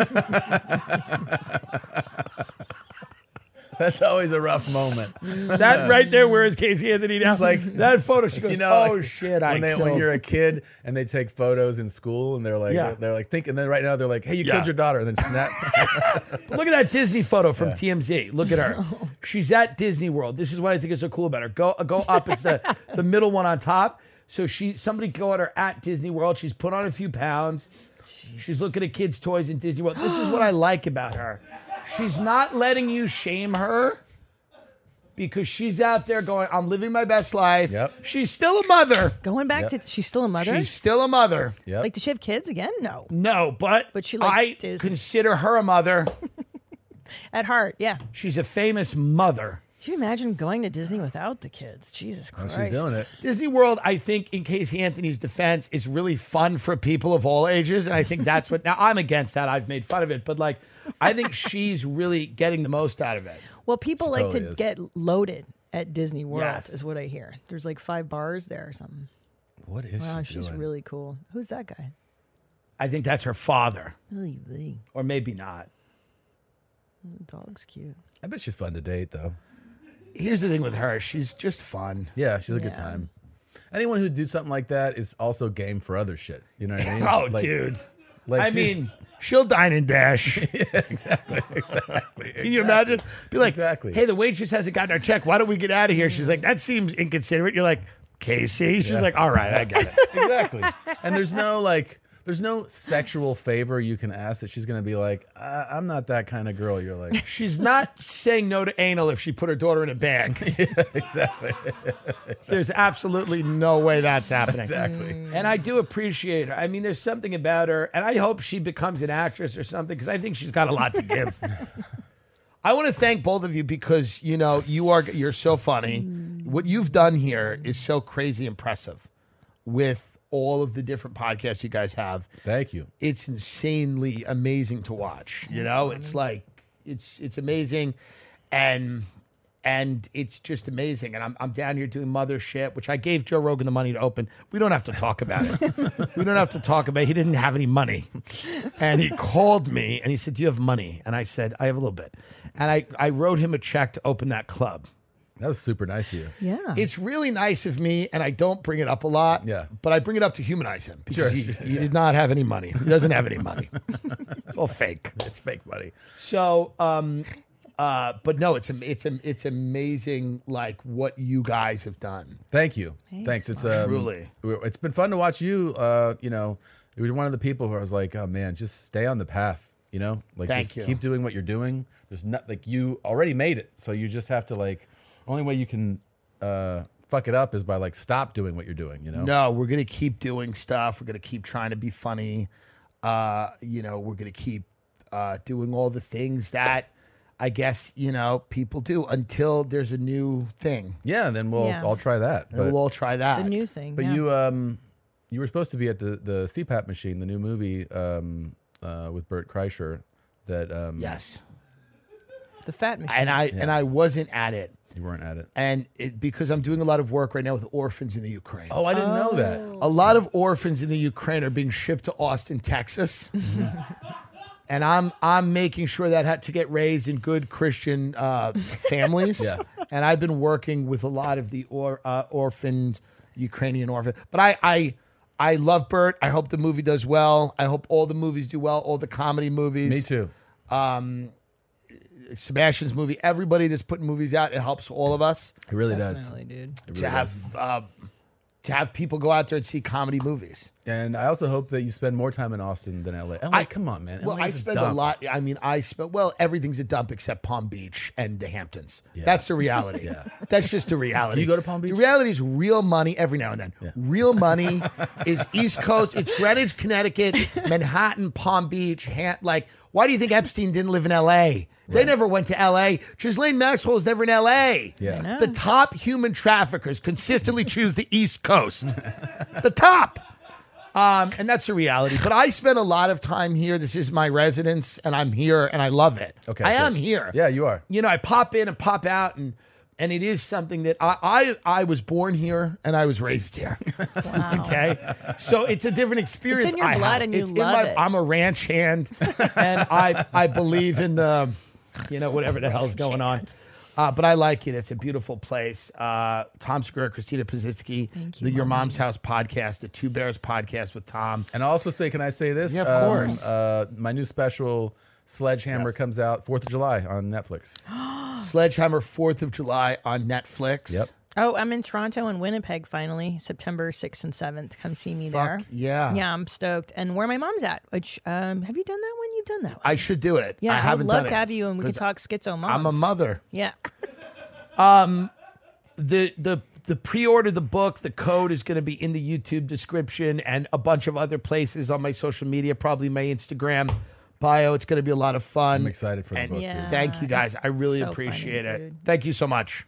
[SPEAKER 4] That's always a rough moment.
[SPEAKER 2] That right there. Where is Casey Anthony now?
[SPEAKER 4] like-
[SPEAKER 2] Like that photo. She goes.
[SPEAKER 4] You know,
[SPEAKER 2] oh
[SPEAKER 4] like,
[SPEAKER 2] shit! I
[SPEAKER 4] when, they, when
[SPEAKER 2] killed
[SPEAKER 4] you're a kid and they take photos in school and they're like,
[SPEAKER 2] Yeah.
[SPEAKER 4] they're like, think, and then right now they're like, hey, you
[SPEAKER 2] Yeah.
[SPEAKER 4] killed your daughter, and then snap.
[SPEAKER 2] Look at that Disney photo from TMZ. Look at her. She's at Disney World. This is what I think is so cool about her. Go go up. It's the the middle one on top. So she somebody got her at Disney World. She's put on a few pounds. She's looking at kids' toys in Disney World. This is what I like about her. She's not letting you shame her because she's out there going, I'm living my best life.
[SPEAKER 4] Yep.
[SPEAKER 2] She's still a mother.
[SPEAKER 3] Going back to, she's still a mother.
[SPEAKER 2] She's still a mother.
[SPEAKER 4] yep.
[SPEAKER 3] Like, did she have kids again? No.
[SPEAKER 2] No, but,
[SPEAKER 3] But she likes
[SPEAKER 2] I
[SPEAKER 3] Disney.
[SPEAKER 2] consider her a mother.
[SPEAKER 3] At heart, yeah.
[SPEAKER 2] She's a famous mother.
[SPEAKER 3] Can you imagine going to Disney without the kids? Jesus
[SPEAKER 4] Oh,
[SPEAKER 3] Christ.
[SPEAKER 4] she's doing it.
[SPEAKER 2] Disney World, I think, in Casey Anthony's defense, is really fun for people of all ages. And I think that's what, now I'm against that. I've made fun of it. But like, I think she's really getting the most out of it.
[SPEAKER 3] Well, people like to
[SPEAKER 4] probably is.
[SPEAKER 3] get loaded at Disney World,
[SPEAKER 2] Yes.
[SPEAKER 3] is what I hear. There's like five bars there or something.
[SPEAKER 4] What is
[SPEAKER 3] Wow,
[SPEAKER 4] she
[SPEAKER 3] she's
[SPEAKER 4] doing?
[SPEAKER 3] really cool. Who's that guy?
[SPEAKER 2] I think that's her father,
[SPEAKER 3] Oy vey.
[SPEAKER 2] or maybe not.
[SPEAKER 3] Dog's cute.
[SPEAKER 4] I bet she's fun to date though.
[SPEAKER 2] Here's the thing with her she's just fun.
[SPEAKER 4] Yeah, she's a good
[SPEAKER 3] Yeah.
[SPEAKER 4] time. Anyone who do something like that is also game for other shit. You know what I mean?
[SPEAKER 2] Oh,
[SPEAKER 4] Like-
[SPEAKER 2] dude.
[SPEAKER 4] like
[SPEAKER 2] I
[SPEAKER 4] she's-
[SPEAKER 2] mean, she'll dine and dash.
[SPEAKER 4] exactly.
[SPEAKER 2] Can you imagine? Be like,
[SPEAKER 4] Exactly.
[SPEAKER 2] hey, the waitress hasn't gotten our check. Why don't we get out of here? She's like, that seems inconsiderate. You're like, Casey? She's like, all right, I get it.
[SPEAKER 4] exactly. And there's no like, there's no sexual favor you can ask that she's gonna be like, I- I'm not that kind of girl. You're like,
[SPEAKER 2] She's not saying no to anal if she put her daughter in a bag.
[SPEAKER 4] exactly,
[SPEAKER 2] There's absolutely no way that's happening.
[SPEAKER 4] exactly.
[SPEAKER 2] And I do appreciate her. I mean, there's something about her, and I hope she becomes an actress or something because I think she's got a lot to give. I want to thank both of you because you know you are you're so funny. What you've done here is so crazy impressive with all of the different podcasts you guys have.
[SPEAKER 4] Thank you.
[SPEAKER 2] it's insanely amazing to watch. You know, it's like it's it's amazing, and and it's just amazing. And I'm I'm down here doing mother shit, which I gave Joe Rogan the money to open. We don't have to talk about it. we don't have to talk about. It. He didn't have any money, and he called me and he said, "Do you have money?" And I said, "I have a little bit," and I I wrote him a check to open that club.
[SPEAKER 4] That was super nice of you.
[SPEAKER 3] Yeah.
[SPEAKER 2] It's really nice of me, and I don't bring it up a lot.
[SPEAKER 4] Yeah.
[SPEAKER 2] But I bring it up to humanize him because
[SPEAKER 4] Sure.
[SPEAKER 2] he, he did not have any money. He doesn't have any money. it's all fake.
[SPEAKER 4] It's fake money.
[SPEAKER 2] So, um, uh, but no, it's am- it's am- it's amazing, like what you guys have done.
[SPEAKER 4] Thank you. Thanks.
[SPEAKER 3] Thanks,
[SPEAKER 4] It's um,
[SPEAKER 2] Truly.
[SPEAKER 4] we- It's been fun to watch you. Uh, you know, you were one of the people who I was like, oh man, just stay on the path. You know, like
[SPEAKER 2] Thank
[SPEAKER 4] just
[SPEAKER 2] you.
[SPEAKER 4] keep doing what you're doing. There's not like you already made it, so you just have to like. Only way you can uh, fuck it up is by like stop doing what you're doing. You know.
[SPEAKER 2] No, we're gonna keep doing stuff. We're gonna keep trying to be funny. Uh, you know, we're going to keep uh, doing all the things that I guess, you know, people do until there's a new thing.
[SPEAKER 4] Yeah, then we'll
[SPEAKER 3] Yeah.
[SPEAKER 4] I'll try that.
[SPEAKER 2] And
[SPEAKER 4] But,
[SPEAKER 2] we'll all try that.
[SPEAKER 3] The new thing.
[SPEAKER 4] but
[SPEAKER 3] yeah.
[SPEAKER 4] you um you were supposed to be at the the CPAP machine, the new movie um uh with Bert Kreischer that um
[SPEAKER 2] yes.
[SPEAKER 4] uh,
[SPEAKER 3] the fat machine.
[SPEAKER 2] And I and I wasn't at it.
[SPEAKER 4] you weren't at it.
[SPEAKER 2] And it, because I'm doing a lot of work right now with orphans in the Ukraine.
[SPEAKER 4] Oh, I didn't know that.
[SPEAKER 2] A lot of orphans in the Ukraine are being shipped to Austin, Texas.
[SPEAKER 4] Mm-hmm.
[SPEAKER 2] and I'm I'm making sure that had to get raised in good Christian uh, families.
[SPEAKER 4] Yeah.
[SPEAKER 2] And I've been working with a lot of the or, uh, orphaned Ukrainian orphan. But I I I love Bert. I hope the movie does well. I hope all the movies do well, all the comedy movies.
[SPEAKER 4] Me too.
[SPEAKER 2] Sebastian's movie. Everybody that's putting movies out, it helps all of us
[SPEAKER 4] It really does.
[SPEAKER 3] Definitely, dude.
[SPEAKER 4] It
[SPEAKER 2] to
[SPEAKER 4] really
[SPEAKER 2] have
[SPEAKER 4] does.
[SPEAKER 2] uh, to have people go out there and see comedy movies.
[SPEAKER 4] And I also hope that you spend more time in Austin than LA. LA, come on, man.
[SPEAKER 2] Well,
[SPEAKER 4] LA
[SPEAKER 2] I
[SPEAKER 4] is
[SPEAKER 2] spend a
[SPEAKER 4] dumb.
[SPEAKER 2] lot. I mean, I spend. Well, everything's a dump except Palm Beach and the Hamptons. That's the reality. That's just the reality.
[SPEAKER 4] you go to Palm Beach?
[SPEAKER 2] The reality is real money every now and then. Real money is East Coast. It's Greenwich, Connecticut, Manhattan, Palm Beach. Han- like, why do you think Epstein didn't live in L.A.? They never went to L.A. Ghislaine Maxwell was never in L.A.
[SPEAKER 4] Yeah. I know.
[SPEAKER 2] The top human traffickers consistently choose the East Coast. the top. Um, and that's the reality. But I spend a lot of time here. This is my residence, and I'm here, and I love it.
[SPEAKER 4] Okay,
[SPEAKER 2] I
[SPEAKER 4] good.
[SPEAKER 2] am here.
[SPEAKER 4] Yeah, you are.
[SPEAKER 2] You know, I pop in and pop out, and and it is something that I I, I was born here and I was raised here. okay, so it's a different experience.
[SPEAKER 3] in your
[SPEAKER 2] I
[SPEAKER 3] blood
[SPEAKER 2] have.
[SPEAKER 3] and you
[SPEAKER 2] It's in
[SPEAKER 3] love
[SPEAKER 2] my,
[SPEAKER 3] it.
[SPEAKER 2] I'm a ranch hand, and I I believe in the, you know, whatever the hell's going on. Uh, but I like it. It's a beautiful place. Uh, Tom Segura, Christina Pazitsky, the Your Mom's House podcast, the Two Bears podcast with Tom.
[SPEAKER 4] And I also say, can I say this?
[SPEAKER 2] Yeah, of course.
[SPEAKER 4] Uh, my new special, Sledgehammer, comes out 4th of July on Netflix.
[SPEAKER 2] Sledgehammer, 4th of July on Netflix.
[SPEAKER 4] Yep.
[SPEAKER 3] Oh, I'm in Toronto and Winnipeg finally, September 6th and 7th. Come see me there.
[SPEAKER 2] yeah.
[SPEAKER 3] Yeah, I'm stoked. And where my mom's at, which um, have you done that one? You've done that one.
[SPEAKER 2] I should do it.
[SPEAKER 3] yeah,
[SPEAKER 2] I
[SPEAKER 3] I would
[SPEAKER 2] haven't
[SPEAKER 3] love
[SPEAKER 2] done
[SPEAKER 3] to
[SPEAKER 2] it.
[SPEAKER 3] have you and we could talk schizo moms.
[SPEAKER 2] I'm a mother.
[SPEAKER 3] Yeah.
[SPEAKER 2] the the the pre-order the book the code is going to be in the youtube description and a bunch of other places on my social media probably my instagram bio it's going to be a lot of fun
[SPEAKER 4] I'm excited for the
[SPEAKER 2] And
[SPEAKER 4] book,
[SPEAKER 3] Yeah.
[SPEAKER 4] dude.
[SPEAKER 2] thank you guys i really
[SPEAKER 3] So funny,
[SPEAKER 2] appreciate it
[SPEAKER 3] dude.
[SPEAKER 2] thank you so much